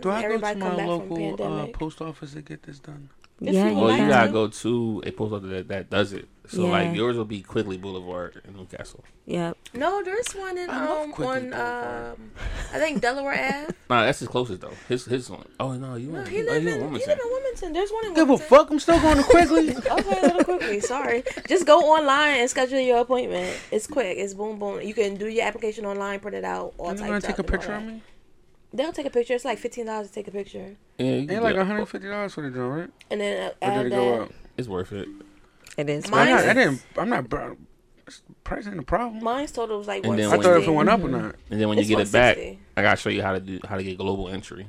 Speaker 3: During-
Speaker 4: Do I go to
Speaker 3: everybody come
Speaker 4: my
Speaker 3: back from
Speaker 4: local uh,
Speaker 3: pandemic.
Speaker 4: post office to get this done?
Speaker 3: If
Speaker 2: yeah,
Speaker 3: you
Speaker 1: Well,
Speaker 3: like
Speaker 1: you
Speaker 3: Yeah.
Speaker 1: gotta go to a post office that, that does it. So
Speaker 2: Yeah.
Speaker 1: like yours will be Quigley Boulevard in Newcastle.
Speaker 2: Yep.
Speaker 3: No, there's one in
Speaker 4: I love
Speaker 3: um
Speaker 4: Quigley
Speaker 3: on
Speaker 4: Boulevard.
Speaker 3: um, I think Delaware Ave.
Speaker 4: [laughs]
Speaker 1: Nah, that's his closest though. His his one. Oh no, you
Speaker 3: No,
Speaker 1: want
Speaker 3: he
Speaker 1: oh,
Speaker 3: live
Speaker 1: you in
Speaker 3: in he
Speaker 1: Wilmington.
Speaker 3: live in Wilmington. There's one in
Speaker 4: Give a
Speaker 3: Wilmington.
Speaker 4: fuck. I'm still going to
Speaker 3: [laughs]
Speaker 4: Quigley.
Speaker 3: Okay, a little quickly.
Speaker 4: [laughs]
Speaker 3: Sorry. Just go online and schedule your appointment. It's quick. It's boom boom. You can do your application online, print it out, all
Speaker 4: Ain't
Speaker 3: types.
Speaker 4: nobody take a
Speaker 3: up and all
Speaker 4: picture of
Speaker 3: that.
Speaker 4: me?
Speaker 3: They'll take a picture. It's like fifteen dollars to take a picture,
Speaker 1: Yeah, you
Speaker 4: Ain't
Speaker 1: can
Speaker 4: like
Speaker 1: do it.
Speaker 4: $150 for the joint, right?
Speaker 3: and then uh,
Speaker 4: Or
Speaker 3: add
Speaker 4: did it go
Speaker 3: that.
Speaker 4: up?
Speaker 1: It's worth it.
Speaker 2: It is.
Speaker 4: I'm
Speaker 3: Mine
Speaker 4: not,
Speaker 3: is-
Speaker 4: I didn't, I'm not, bro, price ain't the problem.
Speaker 3: Mine's total was like
Speaker 1: And
Speaker 3: one
Speaker 1: then
Speaker 4: I
Speaker 1: when
Speaker 4: thought if it
Speaker 3: sixty.
Speaker 4: went up or not.
Speaker 1: And then when you
Speaker 3: It's
Speaker 1: get it back,
Speaker 3: 160.
Speaker 1: I gotta show you how to do how to get global entry.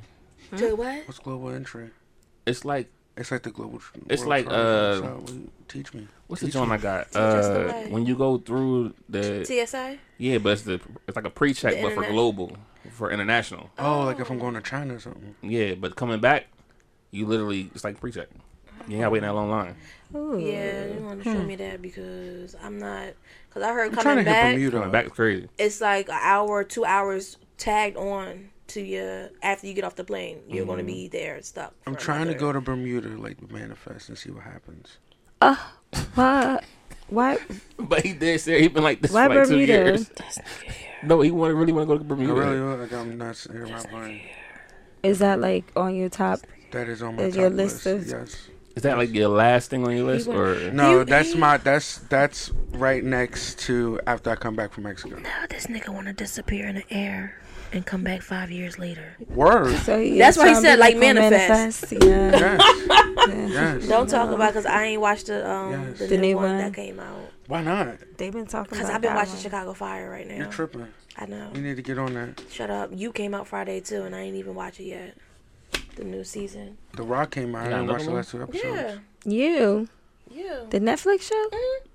Speaker 3: Do what?
Speaker 4: What's global entry?
Speaker 1: It's like
Speaker 4: It's like the global.
Speaker 1: It's
Speaker 4: World
Speaker 1: like,
Speaker 4: Trade
Speaker 1: uh,
Speaker 4: Center. What you- teach me.
Speaker 1: what's the
Speaker 4: Teach
Speaker 1: joint
Speaker 4: me.
Speaker 1: I got?
Speaker 3: us the
Speaker 1: Uh,
Speaker 3: way.
Speaker 1: when you go through the
Speaker 3: TSI.
Speaker 1: yeah, but it's the it's like a pre check,
Speaker 3: The
Speaker 1: but for
Speaker 3: interna-
Speaker 1: global for international.
Speaker 4: Oh, like if I'm going to China or something.
Speaker 1: Yeah, but coming back, you literally it's like pre check. You ain't gotta wait in that long line.
Speaker 2: Ooh.
Speaker 3: Yeah, you want to show me that because I'm not. Because I heard
Speaker 4: Hmm. I'm trying to hit
Speaker 3: coming back,
Speaker 4: Bermuda.
Speaker 1: Coming back is crazy.
Speaker 3: it's like an hour, two hours tagged on to your after you get off the plane. You're going to be there stuck.
Speaker 4: Mm-hmm. I'm
Speaker 3: for
Speaker 4: trying to
Speaker 3: another-
Speaker 4: go to Bermuda, like the manifest, and see what happens.
Speaker 2: Uh, What? Why?
Speaker 1: But he did say he been like this
Speaker 2: Why
Speaker 1: for like
Speaker 2: Bermuda?
Speaker 1: two years.
Speaker 3: That's not fair.
Speaker 1: No, he wanted Oh, really want to go to
Speaker 4: I
Speaker 1: Bermuda.
Speaker 4: really, would, like, I'm not here my mind.
Speaker 2: Is that like on your top?
Speaker 4: That is on my
Speaker 2: Is
Speaker 4: top
Speaker 2: your
Speaker 4: list.
Speaker 2: list of-
Speaker 4: Yes.
Speaker 1: Is that like your last thing on your list,
Speaker 3: went-
Speaker 1: or
Speaker 4: No,
Speaker 3: You-
Speaker 4: that's
Speaker 3: you-
Speaker 4: my that's that's right next to after I come back from Mexico.
Speaker 3: Now this nigga want to disappear in the air and come back five years later.
Speaker 4: Word.
Speaker 2: So you
Speaker 3: That's what he
Speaker 2: trying to
Speaker 3: said,
Speaker 2: be
Speaker 3: like,
Speaker 2: from
Speaker 3: manifest.
Speaker 2: [laughs] Yeah.
Speaker 4: Yes. yes.
Speaker 3: Don't talk about because I ain't watched the um
Speaker 4: Yes.
Speaker 3: the,
Speaker 2: The
Speaker 3: new
Speaker 2: new
Speaker 3: one,
Speaker 2: one.
Speaker 3: that came out.
Speaker 4: Why not?
Speaker 2: They've been talking
Speaker 3: Because
Speaker 2: about
Speaker 3: I've been
Speaker 2: that
Speaker 3: watching
Speaker 2: one.
Speaker 3: Chicago Fire right now.
Speaker 4: You're tripping.
Speaker 3: I know.
Speaker 4: You need to get on that.
Speaker 3: Shut up. You came out Friday too, and I ain't even watch it yet. The new season.
Speaker 4: The Rock came out. I
Speaker 1: You got
Speaker 4: didn't watch the
Speaker 1: another
Speaker 4: last two episodes.
Speaker 3: Yeah.
Speaker 2: You
Speaker 3: Yeah.
Speaker 2: the Netflix show?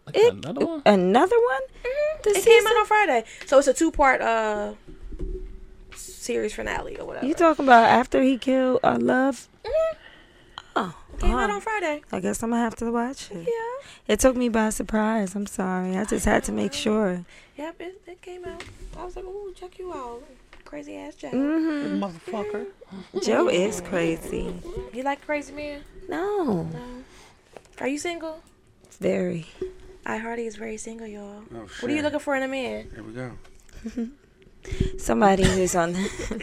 Speaker 1: like
Speaker 2: It-
Speaker 1: another one?
Speaker 2: Another one?
Speaker 3: Mhm.
Speaker 2: This
Speaker 3: it came out
Speaker 2: season?
Speaker 3: on Friday, so it's a two part uh series finale or whatever.
Speaker 2: You talking about after he killed a love?
Speaker 3: Mhm.
Speaker 2: Oh,
Speaker 3: came out
Speaker 2: oh.
Speaker 3: on Friday.
Speaker 2: I guess I'm gonna have to watch it.
Speaker 3: Yeah.
Speaker 2: It took me by surprise. I'm sorry. I just had to make sure.
Speaker 3: Yep. It, it came out. I was like, ooh, check you out, crazy ass Jack.
Speaker 2: hmm
Speaker 4: Motherfucker.
Speaker 2: Joe is crazy.
Speaker 3: You like Crazy Man?
Speaker 2: No,
Speaker 3: No. Are you single?
Speaker 2: very.
Speaker 3: I Hardy is very single, y'all.
Speaker 4: Oh,
Speaker 3: What are you
Speaker 4: shit.
Speaker 3: looking for in a man?
Speaker 4: Here we go.
Speaker 2: Somebody who's on. [laughs]
Speaker 3: Shut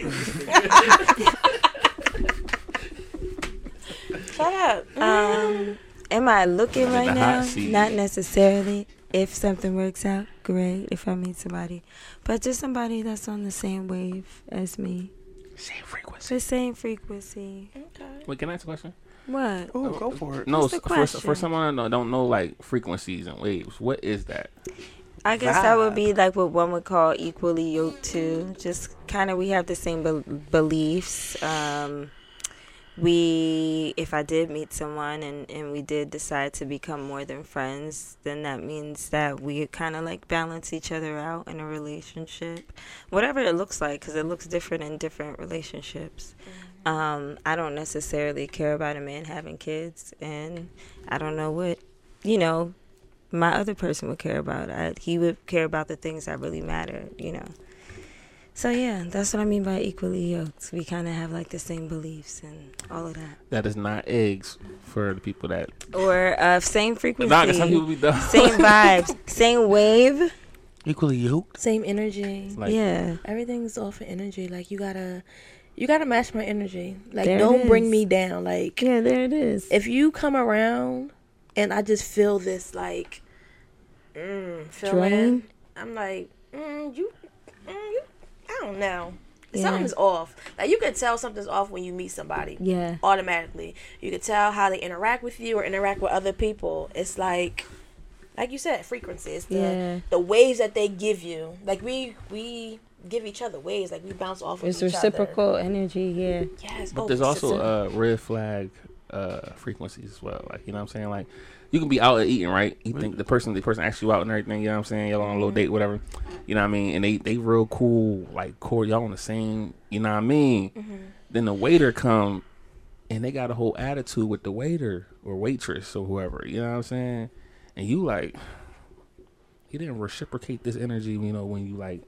Speaker 3: up. Uh-huh.
Speaker 2: Um, am I looking
Speaker 1: in
Speaker 2: right
Speaker 1: the
Speaker 2: now?
Speaker 1: hot seat.
Speaker 2: Not necessarily. If something works out, great. If I meet somebody, but just somebody that's on the same wave as me,
Speaker 4: Same frequency.
Speaker 2: the same frequency.
Speaker 3: okay.
Speaker 1: Wait, can I ask a question?
Speaker 2: What?
Speaker 4: Oh, go for it.
Speaker 1: No,
Speaker 2: What's the
Speaker 1: s- for, s- for
Speaker 2: question?
Speaker 1: someone I know, don't know like frequencies and waves, what is that?
Speaker 2: I guess that would be like what one would call equally yoked to. Just kind of we have the same bel beliefs. Um, we, if I did meet someone and and we did decide to become more than friends, then that means that we kind of like balance each other out in a relationship, whatever it looks like, because it looks different in different relationships. Um, I don't necessarily care about a man having kids, and I don't know what you know my other person would care about. I, he would care about the things that really matter, you know. So yeah, that's what I mean by equally yoked. We kind of have like the same beliefs and all of that,
Speaker 1: That is not eggs for the people that.
Speaker 2: or uh, same frequency,
Speaker 1: Nah, 'cause some people be dumb. [laughs]
Speaker 2: same vibes, same wave.
Speaker 4: Equally yoked.
Speaker 3: Same energy.
Speaker 1: Like,
Speaker 2: yeah,
Speaker 3: Everything's all for energy. Like you gotta, you gotta match my energy. Like
Speaker 2: There it
Speaker 3: don't bring
Speaker 2: is.
Speaker 3: me down. Like
Speaker 2: yeah, there it is.
Speaker 3: if you come around and I just feel this like mm, feeling,
Speaker 2: Drain?
Speaker 3: I'm like, mm, you, mm, you, I don't know.
Speaker 2: Yeah.
Speaker 3: Something's off. Like you could tell something's off when you meet somebody.
Speaker 2: Yeah.
Speaker 3: Automatically, you could tell how they interact with you or interact with other people. It's like, like you said, frequency. It's the
Speaker 2: Yeah.
Speaker 3: the waves that they give you. Like we we give each other waves. Like we bounce off. of
Speaker 2: It's
Speaker 3: each other.
Speaker 2: reciprocal energy, yeah.
Speaker 3: Yes.
Speaker 1: But
Speaker 3: oh,
Speaker 1: there's
Speaker 3: it's
Speaker 1: also
Speaker 3: a-
Speaker 1: uh, red flag uh, frequencies as well. Like you know what I'm saying? Like you can be out eating, right? You think the person the person asks you out and everything, you know what I'm saying? Y'all on a little date, whatever. You know what I mean? And they they real cool, like core y'all on the same you know what I mean? Then the waiter come and they got a whole attitude with the waiter or waitress or whoever, you know what I'm saying? And you like you didn't reciprocate this energy, you know, when you like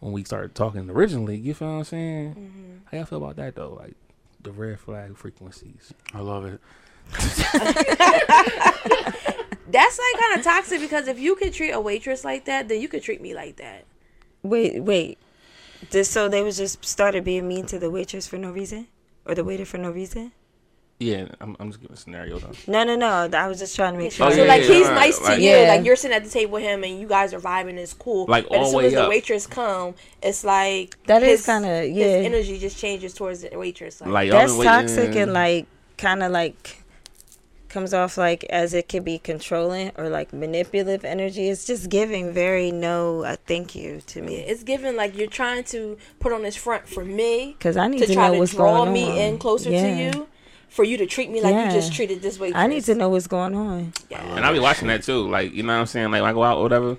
Speaker 1: when we started talking originally, you feel what I'm saying? How y'all feel about that though? Like the red flag frequencies.
Speaker 4: I love it.
Speaker 3: That's like kind of toxic because if you could treat a waitress like that, then you could treat me like that.
Speaker 2: Wait, wait. Just so they was just started being mean to the waitress for no reason, or the waiter for no reason.
Speaker 1: Yeah, I'm, I'm just giving a scenario though.
Speaker 2: No, no, no. I was just trying to make sure.
Speaker 1: Oh,
Speaker 3: so
Speaker 1: yeah,
Speaker 3: like
Speaker 1: yeah,
Speaker 3: he's
Speaker 1: right,
Speaker 3: nice to
Speaker 1: like-
Speaker 3: you,
Speaker 2: Yeah.
Speaker 3: like you're sitting at the table with him and you guys are vibing, and it's cool.
Speaker 1: Like,
Speaker 3: but
Speaker 1: all
Speaker 3: as
Speaker 1: the
Speaker 3: soon
Speaker 1: way
Speaker 3: as the
Speaker 1: up.
Speaker 3: waitress come, it's like
Speaker 2: That is
Speaker 3: his-
Speaker 2: kinda-
Speaker 3: his
Speaker 2: yeah.
Speaker 3: energy just changes towards the waitress. Like,
Speaker 1: Like y'all
Speaker 2: That's
Speaker 1: been waiting-
Speaker 2: toxic and like kind of like comes off like as it could be controlling or like manipulative energy. It's just giving very no uh, thank you
Speaker 3: [laughs]
Speaker 2: to
Speaker 3: yeah,
Speaker 2: me
Speaker 3: it's given like you're trying to put on this front for me
Speaker 2: because I need
Speaker 3: to
Speaker 2: to,
Speaker 3: try
Speaker 2: know
Speaker 3: to
Speaker 2: what's
Speaker 3: draw
Speaker 2: going
Speaker 3: me
Speaker 2: on.
Speaker 3: in closer
Speaker 2: Yeah.
Speaker 3: to you, for you to treat me like
Speaker 2: Yeah.
Speaker 3: you just treated this waitress.
Speaker 2: I need to know what's going on.
Speaker 3: Yeah.
Speaker 1: and I be watching that too. Like you know what I'm saying? Like when I go out or whatever.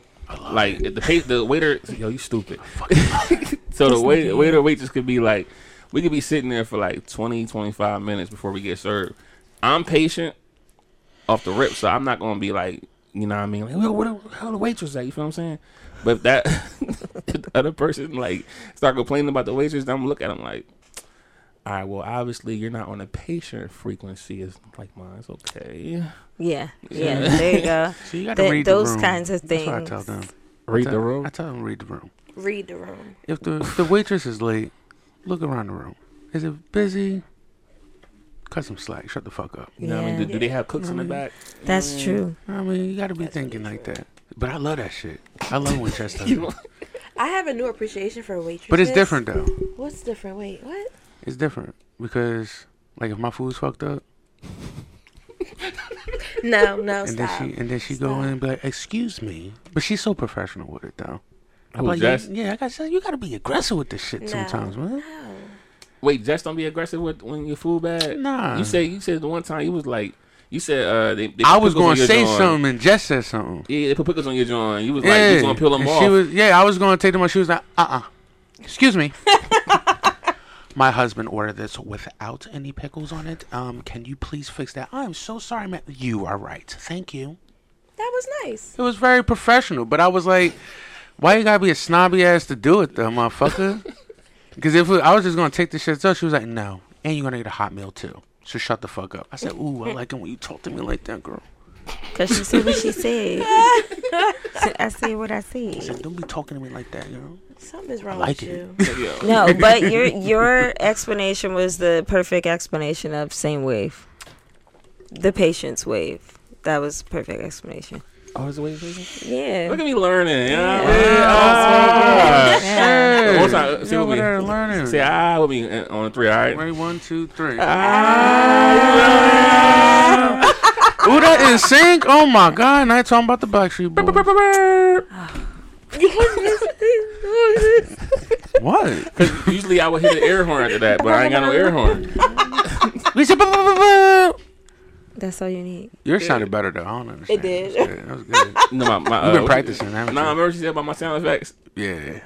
Speaker 1: Like if the pay, the waiter, yo, you stupid. [laughs] so the wait, waiter waitress could be like, we could be sitting there for like 20, 25 minutes before we get served. I'm patient off the rip, so I'm not gonna be like, you know what I mean? Like, well, where the hell the waitress at? You feel what I'm saying? But if that [laughs] if the other person like start complaining about the waitress, then I'm gonna look at them like. All right. Well, obviously you're not on a patient frequency as like mine. It's okay.
Speaker 2: Yeah, yeah. There you go.
Speaker 4: So you got
Speaker 2: Th-
Speaker 4: to read
Speaker 2: those
Speaker 4: the room.
Speaker 2: kinds of
Speaker 4: That's what I tell
Speaker 2: things.
Speaker 4: them.
Speaker 1: Read
Speaker 4: I
Speaker 1: the
Speaker 4: tell-
Speaker 1: room.
Speaker 4: I tell them read the room.
Speaker 3: read the room.
Speaker 4: If the if the waitress is late, look around the room. Is it busy? Cut some slack. Shut the fuck up.
Speaker 1: [laughs] You know what I mean? Do, do they have cooks in the
Speaker 4: Mm-hmm.
Speaker 1: back? Mm.
Speaker 2: That's true.
Speaker 4: I mean, you got to be thinking like that. But I love that shit. I love when
Speaker 2: [laughs]
Speaker 4: Chess does it.
Speaker 3: I have a new appreciation for waitresses.
Speaker 4: But it's different though.
Speaker 3: What's different? Wait, what?
Speaker 4: It's different because like if my food's fucked up
Speaker 3: No, no,
Speaker 2: Oh,
Speaker 4: and
Speaker 3: stop.
Speaker 4: then she and then she go
Speaker 3: Stop.
Speaker 4: in and be like, "Excuse me," but she's so professional with it though. I'm
Speaker 1: Who,
Speaker 4: like,
Speaker 1: Jess?
Speaker 4: yeah, I got to you got to be aggressive with this shit sometimes, man.
Speaker 3: No.
Speaker 1: Wait, Jess, don't be aggressive with when your food bad.
Speaker 4: Nah.
Speaker 1: You say you said the one time you was like you said uh they, they
Speaker 4: I
Speaker 1: put
Speaker 4: was
Speaker 1: pickles on
Speaker 4: gonna
Speaker 1: your
Speaker 4: say
Speaker 1: joint.
Speaker 4: something and Jess said something.
Speaker 1: Yeah, they put pickles on your joint. You was like you was gonna peel them
Speaker 4: and
Speaker 1: off.
Speaker 4: She was, yeah, I was gonna take them off. She was like, uh uh Excuse
Speaker 1: [laughs]
Speaker 4: me. My husband ordered this without any pickles on it. Um, can you please fix that? I'm so sorry, man. You are right. Thank you.
Speaker 3: That was nice.
Speaker 4: It was very professional, but I was like, why you gotta be a snobby ass to do it, though,
Speaker 3: [laughs]
Speaker 4: motherfucker? Because if it- I was just gonna take the shit, so she was like, no, and you're gonna get a hot meal too. So shut the fuck up. I said, ooh,
Speaker 3: [laughs]
Speaker 4: I like it when you talk to me like that, girl.
Speaker 2: Because she said what
Speaker 3: [laughs]
Speaker 2: she said. [laughs] I said what I said.
Speaker 4: Don't be talking to me like that, girl.
Speaker 3: Something's wrong
Speaker 4: like [laughs]
Speaker 3: with
Speaker 4: it.
Speaker 3: you.
Speaker 2: No, but your your explanation was the perfect explanation of same wave. The patience wave. That was perfect explanation.
Speaker 1: oh, is it wait, wait, wait.
Speaker 2: Yeah.
Speaker 1: Look at me learning. Yeah.
Speaker 2: That
Speaker 1: Ah.
Speaker 2: was very good. Yeah.
Speaker 4: oh, Hey,
Speaker 1: One time, say
Speaker 4: you
Speaker 1: with
Speaker 4: over
Speaker 1: me.
Speaker 4: there learning.
Speaker 1: Say Uh, ah with me uh, on three, all right?
Speaker 4: Right, one, two, three.
Speaker 1: Ah,
Speaker 4: Ooh, that in sync. Oh my god! And I ain't talking about the Backstreet Boys.
Speaker 1: [laughs]
Speaker 4: what?
Speaker 1: Because usually I would hit an air horn after that, but I ain't got no air horn.
Speaker 4: We said. "Buh, buh, buh, buh."
Speaker 2: That's all you need.
Speaker 4: Yours sounded better though. I don't understand.
Speaker 3: It did.
Speaker 1: [laughs]
Speaker 4: That was good. That was good.
Speaker 1: No, my, my, uh,
Speaker 4: You've been
Speaker 1: what-
Speaker 4: practicing, haven't
Speaker 1: Nah,
Speaker 4: you?
Speaker 1: remember she said about my sound effects?
Speaker 4: Yeah.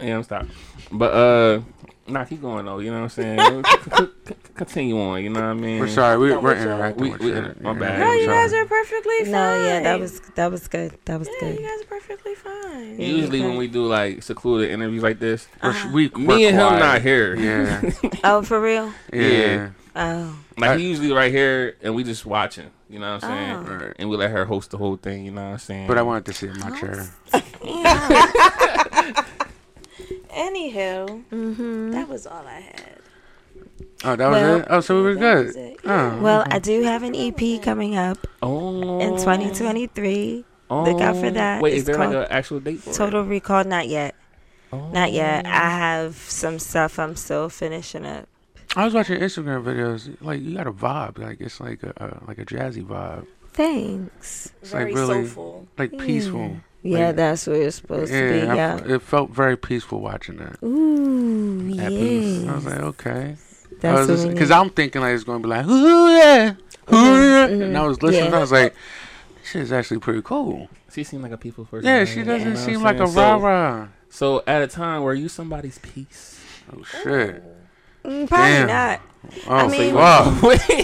Speaker 1: Yeah, I'm stopped. But uh, nah, keep going though. You know what I'm saying? [laughs] C- c- c- Continue on. You know what I mean?
Speaker 4: We're sorry. We,
Speaker 3: No,
Speaker 4: we're
Speaker 3: we-
Speaker 4: interacting
Speaker 1: we-
Speaker 4: with
Speaker 1: we-
Speaker 4: you.
Speaker 1: my
Speaker 4: Yeah,
Speaker 1: bad.
Speaker 4: I'm
Speaker 3: No, Oh, you
Speaker 4: sorry.
Speaker 3: guys are perfectly fine.
Speaker 2: No, yeah, that was that was good. That was
Speaker 3: Yeah,
Speaker 2: good.
Speaker 3: you guys are perfectly fine.
Speaker 1: Usually when we do like secluded interviews like this,
Speaker 4: We're- we we're
Speaker 1: me and him
Speaker 4: quiet.
Speaker 1: not here.
Speaker 4: Yeah.
Speaker 2: Oh, for real?
Speaker 4: Yeah.
Speaker 2: Oh,
Speaker 1: [laughs] Like he usually right here, and we just watching. You know what I'm saying?
Speaker 4: Oh. Right.
Speaker 1: And we let her host the whole thing. You know what I'm saying?
Speaker 4: But I wanted to sit in my chair.
Speaker 3: Anywho, that was all I had.
Speaker 4: Oh, that was
Speaker 2: Well,
Speaker 4: it? Oh, so we were
Speaker 3: that was
Speaker 4: good.
Speaker 3: it.
Speaker 4: Oh.
Speaker 2: well, I do have an EP coming up
Speaker 1: oh,
Speaker 2: in 2023. look out for that.
Speaker 1: Wait, is
Speaker 2: It's
Speaker 1: there like
Speaker 2: called
Speaker 1: an actual date for
Speaker 2: Total Recall, not yet,
Speaker 1: it? Oh.
Speaker 2: not yet. I have some stuff I'm still finishing up.
Speaker 4: I was watching Instagram videos. Like, you got a vibe. Like, it's like a, uh, like a jazzy vibe.
Speaker 2: Thanks.
Speaker 4: It's
Speaker 3: Very
Speaker 4: like really,
Speaker 3: soulful.
Speaker 4: like peaceful.
Speaker 2: Yeah,
Speaker 4: Like,
Speaker 2: that's what it's Mm, supposed to be.
Speaker 4: I
Speaker 2: Yeah.
Speaker 4: f- it felt very peaceful watching that.
Speaker 2: Ooh,
Speaker 1: At peace.
Speaker 4: I was
Speaker 2: yeah.
Speaker 4: like, okay.
Speaker 2: Mm. That's what we
Speaker 4: Because
Speaker 2: need. Mm-hmm,
Speaker 4: I'm thinking like it's going to be like, ooh, yeah, ooh, yeah. And I was listening.
Speaker 2: Yeah.
Speaker 4: I was like, shit is actually pretty cool.
Speaker 1: She seemed like a people person.
Speaker 4: Yeah, she doesn't seem like a rah rah.
Speaker 1: So, at a time where you somebody's piece.
Speaker 4: Oh shit!
Speaker 2: Mm, Probably
Speaker 4: Damn.
Speaker 2: not.
Speaker 4: Oh
Speaker 2: mean-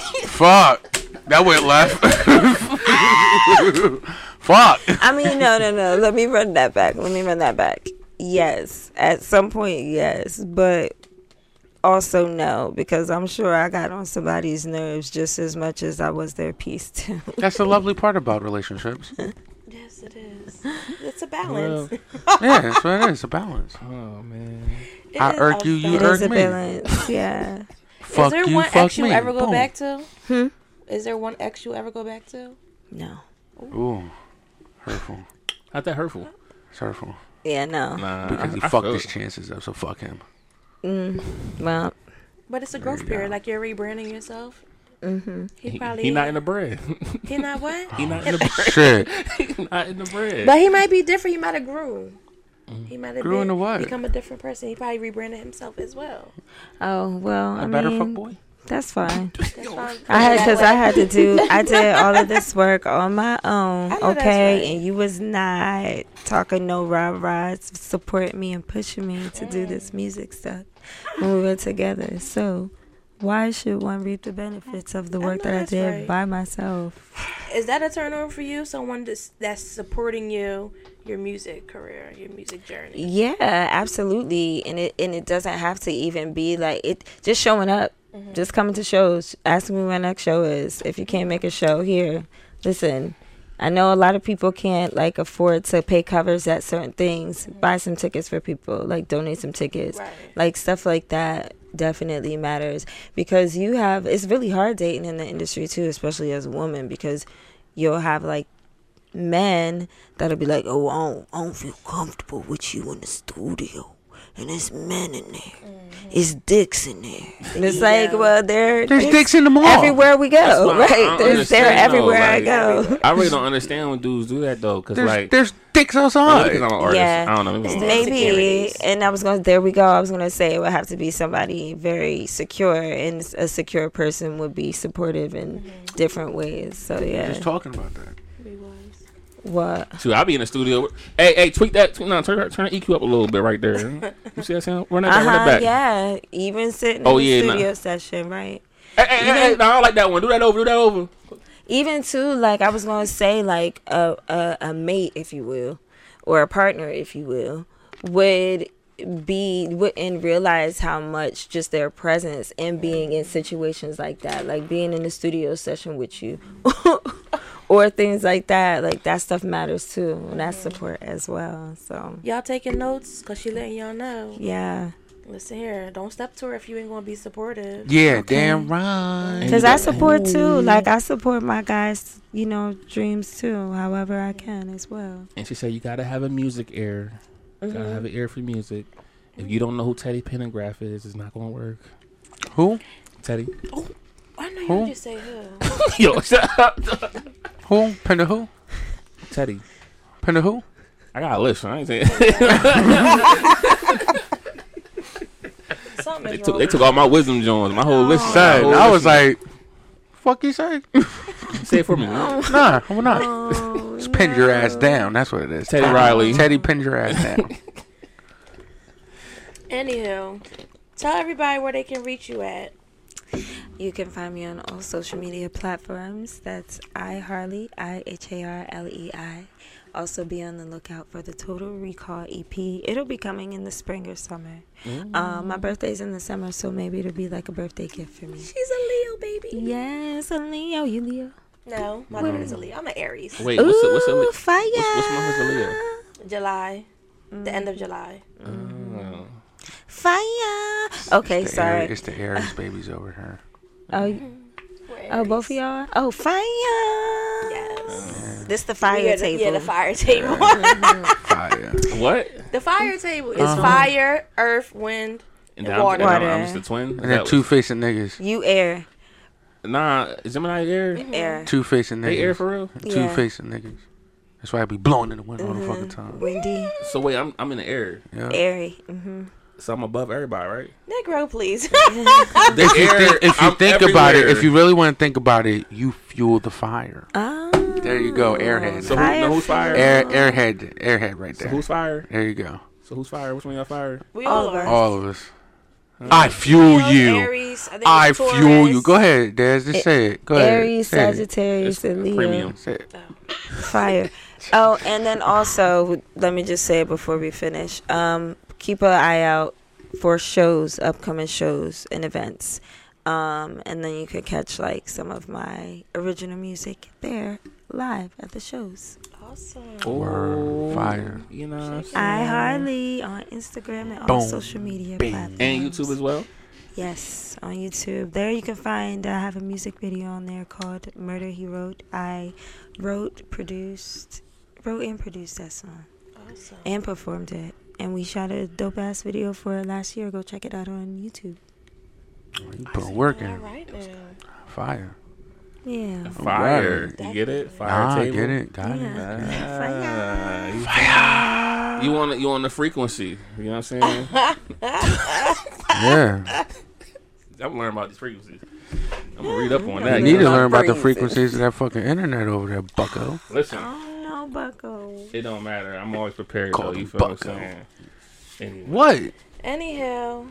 Speaker 2: [laughs]
Speaker 4: fuck! fuck! That went left. [laughs]
Speaker 2: [laughs]
Speaker 4: fuck!
Speaker 2: I mean, no, no, no. Let me run that back. Let me run that back. Yes, at some point, yes, but also no, because I'm sure I got on somebody's nerves just as much as I was their piece too.
Speaker 4: That's the lovely part about relationships.
Speaker 3: Yes, it is.
Speaker 4: [laughs]
Speaker 3: It's a balance.
Speaker 1: Well,
Speaker 4: Yeah, that's what it is. A balance.
Speaker 1: oh, man.
Speaker 3: It
Speaker 4: I
Speaker 3: is
Speaker 4: irk
Speaker 3: a
Speaker 4: you, you
Speaker 2: It
Speaker 3: balance.
Speaker 2: is
Speaker 4: irk
Speaker 2: a
Speaker 4: me. [laughs]
Speaker 2: balance, yeah.
Speaker 4: Fuck
Speaker 3: Is there
Speaker 4: you,
Speaker 3: one
Speaker 4: fuck
Speaker 3: ex you
Speaker 4: me.
Speaker 3: ever go
Speaker 4: Boom.
Speaker 3: back to?
Speaker 2: Hmm?
Speaker 3: Is there one ex you ever go back to?
Speaker 2: No.
Speaker 4: Ooh, hurtful.
Speaker 1: Not that hurtful.
Speaker 4: It's hurtful
Speaker 2: Yeah, no.
Speaker 1: Nah.
Speaker 4: because he
Speaker 1: I- I
Speaker 4: fucked
Speaker 1: feel
Speaker 4: his
Speaker 1: it.
Speaker 4: chances up. So fuck him.
Speaker 2: Mm, well,
Speaker 3: But it's a
Speaker 4: There
Speaker 3: growth
Speaker 4: you
Speaker 3: period.
Speaker 4: go.
Speaker 3: Like you're rebranding yourself.
Speaker 2: hmm
Speaker 3: He,
Speaker 1: He,
Speaker 3: probably
Speaker 1: he not in the bread. [laughs]
Speaker 3: he
Speaker 4: [laughs]
Speaker 3: not what?
Speaker 1: he not in [laughs]
Speaker 3: [laughs]
Speaker 1: the bread.
Speaker 4: [laughs] Shit.
Speaker 1: He not in the bread.
Speaker 3: But he might be different. He might have grew. He might have
Speaker 4: Mm-hmm. Grew
Speaker 3: been-
Speaker 4: into what?
Speaker 3: Become a different person. He probably rebranded himself as well.
Speaker 2: Oh well, I
Speaker 4: A better fuck
Speaker 2: mean,
Speaker 4: boy.
Speaker 2: that's fine.
Speaker 3: That's fine.
Speaker 2: I had because I had
Speaker 3: [laughs]
Speaker 2: to do. I did all of this work on my own,
Speaker 3: I know that's
Speaker 2: okay?
Speaker 3: right.
Speaker 2: And you was not talking no rah rahs, supporting me and pushing me to do this
Speaker 3: Mm.
Speaker 2: music stuff when we were together. So why should one reap the benefits of the
Speaker 3: I
Speaker 2: work
Speaker 3: know
Speaker 2: that I
Speaker 3: that's
Speaker 2: did
Speaker 3: right.
Speaker 2: by myself?
Speaker 3: Is that a turn on for you? Someone that's, that's supporting you, your music career, your music journey.
Speaker 2: Yeah, absolutely. And it and it doesn't have to even be like it. Just showing up, just coming to shows, asking me when next show is. If you can't make a show here, listen. I know a lot of people can't like afford to pay covers at certain things. Buy some tickets for people, like donate some tickets,
Speaker 3: Right.
Speaker 2: like stuff like that definitely matters because you have. It's really hard dating in the industry too, especially as a woman because you'll have like men that'll be like, "Oh, I don't, I don't feel comfortable with you in the studio." And there's men in there. It's dicks in there. Mm-hmm. And it's like,
Speaker 3: Yeah.
Speaker 2: well, they're
Speaker 4: There's dicks in the mall.
Speaker 2: everywhere we go,
Speaker 1: That's why I
Speaker 2: right?
Speaker 1: don't
Speaker 2: There's, they're
Speaker 1: understand, though,
Speaker 2: everywhere I
Speaker 1: like- [laughs]
Speaker 2: go.
Speaker 1: I really
Speaker 2: [laughs]
Speaker 1: don't understand when dudes do that though, because
Speaker 4: There's,
Speaker 1: like,
Speaker 4: there's dicks
Speaker 1: maybe
Speaker 4: outside.
Speaker 1: 'cause I'm an artist.
Speaker 2: Yeah.
Speaker 1: I don't know. Maybe I'm an artist.
Speaker 2: Maybe,
Speaker 3: Insecurities.
Speaker 2: and I was going. to There we go. I was going to say it would have to be somebody very secure, and a secure person would be supportive in different ways. So yeah,
Speaker 4: Just talking about that.
Speaker 3: We was.
Speaker 2: what?
Speaker 1: Shoot, I'll be in the studio. Hey, hey, tweak that. Tweak, no, turn, that- turn the EQ up a little bit right there. You see that sound? Run that back.
Speaker 2: Uh
Speaker 1: Run that
Speaker 2: huh.
Speaker 1: back.
Speaker 2: Yeah, even sitting
Speaker 1: Oh,
Speaker 2: in the
Speaker 1: yeah, nah.
Speaker 2: studio session, right?
Speaker 1: Hey, hey, hey, hey, no, I don't like that one. Do that over. Do that over.
Speaker 2: even too like i was gonna say like a, a a mate if you will or a partner if you will would be wouldn't realize how much just their presence and being in situations like that like being in the studio session with you [laughs] or things like that like that stuff matters too and that's support as well so
Speaker 3: Y'all taking notes because she letting y'all know.
Speaker 2: yeah
Speaker 3: Listen here, don't step to her if you ain't gonna be supportive.
Speaker 4: Yeah, damn right.
Speaker 2: because i support too like i support my guys you know dreams too however i can as well
Speaker 1: And she said, "You gotta have a music ear.
Speaker 2: Mm-hmm.
Speaker 1: Gotta have an ear for music. If you don't know who Teddy Pendergraph is, it's not gonna work."
Speaker 4: Who?
Speaker 1: Teddy, [laughs]
Speaker 3: I know you
Speaker 4: Who?
Speaker 3: just say who.
Speaker 1: yo, shut up.
Speaker 4: Who? Panda who?
Speaker 1: Teddy,
Speaker 4: Panda who?
Speaker 1: I gotta listen. I ain't saying [laughs]
Speaker 3: Something
Speaker 1: they
Speaker 3: is
Speaker 1: took
Speaker 3: wrong.
Speaker 1: they took all my wisdom joints, my whole list.
Speaker 4: Son,
Speaker 1: my whole
Speaker 4: I was
Speaker 1: list.
Speaker 4: like, fuck you [laughs] say?
Speaker 1: say it for me. man.
Speaker 4: [laughs] nah, I'm not.
Speaker 3: Oh,
Speaker 4: Just pin your ass down. That's what it is.
Speaker 1: Teddy Riley.
Speaker 3: [laughs]
Speaker 4: Teddy, pin your ass down.
Speaker 3: Anywho, tell everybody where they can reach you at.
Speaker 2: You can find me on all social media platforms. That's I Harley, I H A R L E I. Also, be on the lookout for the Total Recall EP. It'll be coming in the spring or summer.
Speaker 1: Mm.
Speaker 2: Uh, my birthday's in the summer, so maybe it'll be like a birthday gift for me.
Speaker 3: She's a Leo baby.
Speaker 2: Yes, a Leo, you Leo.
Speaker 3: No, my daughter's a Leo. I'm an Aries.
Speaker 1: Wait, what's the, what's the
Speaker 2: Ooh,
Speaker 1: li-
Speaker 2: fire.
Speaker 1: what's- what's my husband Leo?
Speaker 3: July, the end
Speaker 2: Mm.
Speaker 3: of July.
Speaker 1: Oh.
Speaker 2: Fire. Okay,
Speaker 4: the
Speaker 2: sorry.
Speaker 4: Aries- it's the Aries babies over her.
Speaker 2: Oh, oh, both of y'all. Oh, fire.
Speaker 3: Yes.
Speaker 2: This the fire
Speaker 3: yeah, the,
Speaker 2: table.
Speaker 3: yeah, the fire
Speaker 2: [laughs]
Speaker 4: [laughs]
Speaker 3: table.
Speaker 4: Fire.
Speaker 1: What?
Speaker 3: the fire table is
Speaker 2: Uh-huh.
Speaker 3: fire, earth, wind.
Speaker 1: And
Speaker 3: And
Speaker 1: I'm,
Speaker 3: water.
Speaker 1: and I'm,
Speaker 2: Water.
Speaker 1: I'm just a twin. Is
Speaker 4: and then
Speaker 1: that-
Speaker 4: two facing niggas.
Speaker 2: You air,
Speaker 1: Nah, is Gemini air?
Speaker 3: Mm.
Speaker 2: air.
Speaker 4: Two facing niggas.
Speaker 1: They air for real?
Speaker 2: Yeah.
Speaker 4: Two facing niggas. That's why I be blowing in the wind all the fucking
Speaker 2: Mm-hmm.
Speaker 4: time.
Speaker 2: Windy,
Speaker 1: So wait, I'm I'm in the air.
Speaker 4: Yeah.
Speaker 2: airy. hmm
Speaker 1: So I'm above everybody, right?
Speaker 3: Negro,
Speaker 2: [laughs]
Speaker 3: please.
Speaker 4: If you,
Speaker 1: air,
Speaker 4: think, if you
Speaker 1: I'm
Speaker 4: think about it,
Speaker 1: everywhere.
Speaker 4: if you really want to think about it, you fuel the fire.
Speaker 2: Oh.
Speaker 4: There you go, airhead.
Speaker 1: So who,
Speaker 2: Fire
Speaker 1: no, who's fire?
Speaker 4: Air, airhead, airhead, right
Speaker 1: So
Speaker 4: there.
Speaker 1: who's fire?
Speaker 4: there you go.
Speaker 1: So who's fire? Which one y'all fire?
Speaker 3: we all
Speaker 2: All of
Speaker 3: are.
Speaker 2: us.
Speaker 4: All of us. I fuel
Speaker 3: Leos,
Speaker 4: Oh, you.
Speaker 3: Aries, I, think
Speaker 4: I
Speaker 3: it's
Speaker 4: fuel you.
Speaker 3: Taurus.
Speaker 4: Go ahead, Daz. Just say it. Go ahead.
Speaker 2: Aries,
Speaker 4: Say it.
Speaker 2: Sagittarius, and Leo.
Speaker 1: Premium.
Speaker 4: Say it. [laughs]
Speaker 2: Fire. Oh, and then also, let me just say it before we finish. Um, keep an eye out for shows, upcoming shows and events. Um, and then you could catch like some of my original music there live at the shows.
Speaker 3: Awesome.
Speaker 4: Word. Fire.
Speaker 1: Oh, You know. what I'm saying?
Speaker 2: I Harley on Instagram and all
Speaker 4: Boom.
Speaker 2: social media
Speaker 4: Bing.
Speaker 2: platforms.
Speaker 1: And YouTube as well.
Speaker 2: Yes, on YouTube. There you can find. uh, I have a music video on there called "Murder He Wrote." I wrote, produced, wrote and produced that song
Speaker 3: Awesome.
Speaker 2: and performed it. And we shot a dope ass video for it last year. Go check it out on YouTube.
Speaker 4: You put working.
Speaker 3: All right now.
Speaker 4: Fire.
Speaker 2: Yeah.
Speaker 4: Oh,
Speaker 1: Fire.
Speaker 4: Alright.
Speaker 1: You get it? Fire
Speaker 4: Ah,
Speaker 1: table.
Speaker 4: get it. Got it.
Speaker 2: Yeah.
Speaker 1: Ah, you- You on the, you on the frequency. You know what I'm saying?
Speaker 4: Yeah.
Speaker 1: I'm learning about these frequencies. I'm gonna read up on that.
Speaker 4: You
Speaker 1: you
Speaker 4: need to
Speaker 1: know?
Speaker 4: learn about the
Speaker 2: Breathe.
Speaker 4: frequencies of that fucking internet over there, bucko.
Speaker 1: Listen,
Speaker 2: Oh no, Bucko.
Speaker 1: it don't matter. I'm always prepared. Though,
Speaker 4: Call
Speaker 1: you
Speaker 4: him
Speaker 1: feel what I'm
Speaker 4: Bucko.
Speaker 1: saying? Anyway.
Speaker 4: What?
Speaker 3: Anyhow.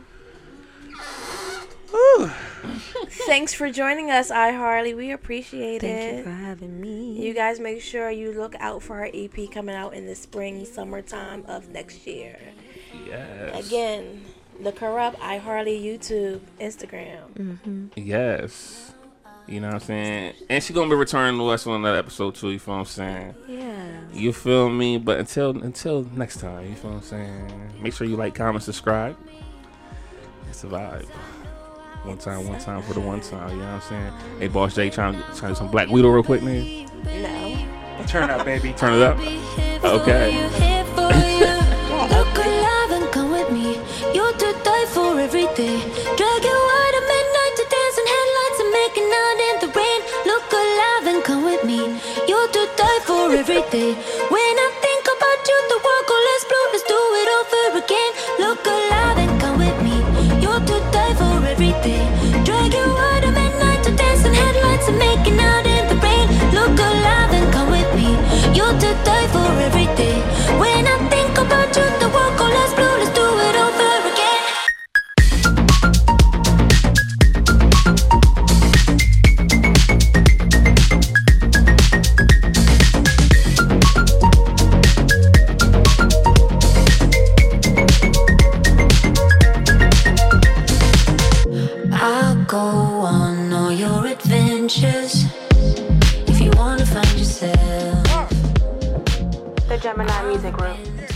Speaker 3: Thanks for joining us, iHarley. We appreciate
Speaker 2: Thank you
Speaker 3: it.
Speaker 2: for having me.
Speaker 3: You guys make sure you look out for our EP coming out in the spring, summertime of next year.
Speaker 1: Yes.
Speaker 3: Again, look her up, iHarley, YouTube,
Speaker 2: Mm-hmm.
Speaker 3: Instagram.
Speaker 1: Yes. You know what I'm saying? And she gonna be returning to us on another episode too, you feel what I'm saying?
Speaker 2: yeah.
Speaker 1: You feel me? But until until next time, you feel what I'm saying? Make sure you like, comment, subscribe. It's a vibe. One time, one time for the one time, you know what I'm saying? Hey boss J trying trying to do some black widow real quick, man.
Speaker 3: No.
Speaker 7: Turn up, baby.
Speaker 1: Turn it up. Okay.
Speaker 8: Okay. Here for you. Look alive and come with me. You're to die for every day. Drag you out at midnight to dance in headlights and make it out in the rain. Look alive and come with me. You're to die for every day. When I think about you, the world will explode. Let's do it over again. Look alive and come with me. You're to die for every day. Drag you out at midnight to dance in headlights and make it out in the rain. Look alive and come with me. You're to die for every day. When I think about you, the world goes less blue. Let's do it over again. I'll go on all your adventures if you wanna find yourself.
Speaker 3: The Gemini Music Group.
Speaker 8: Friends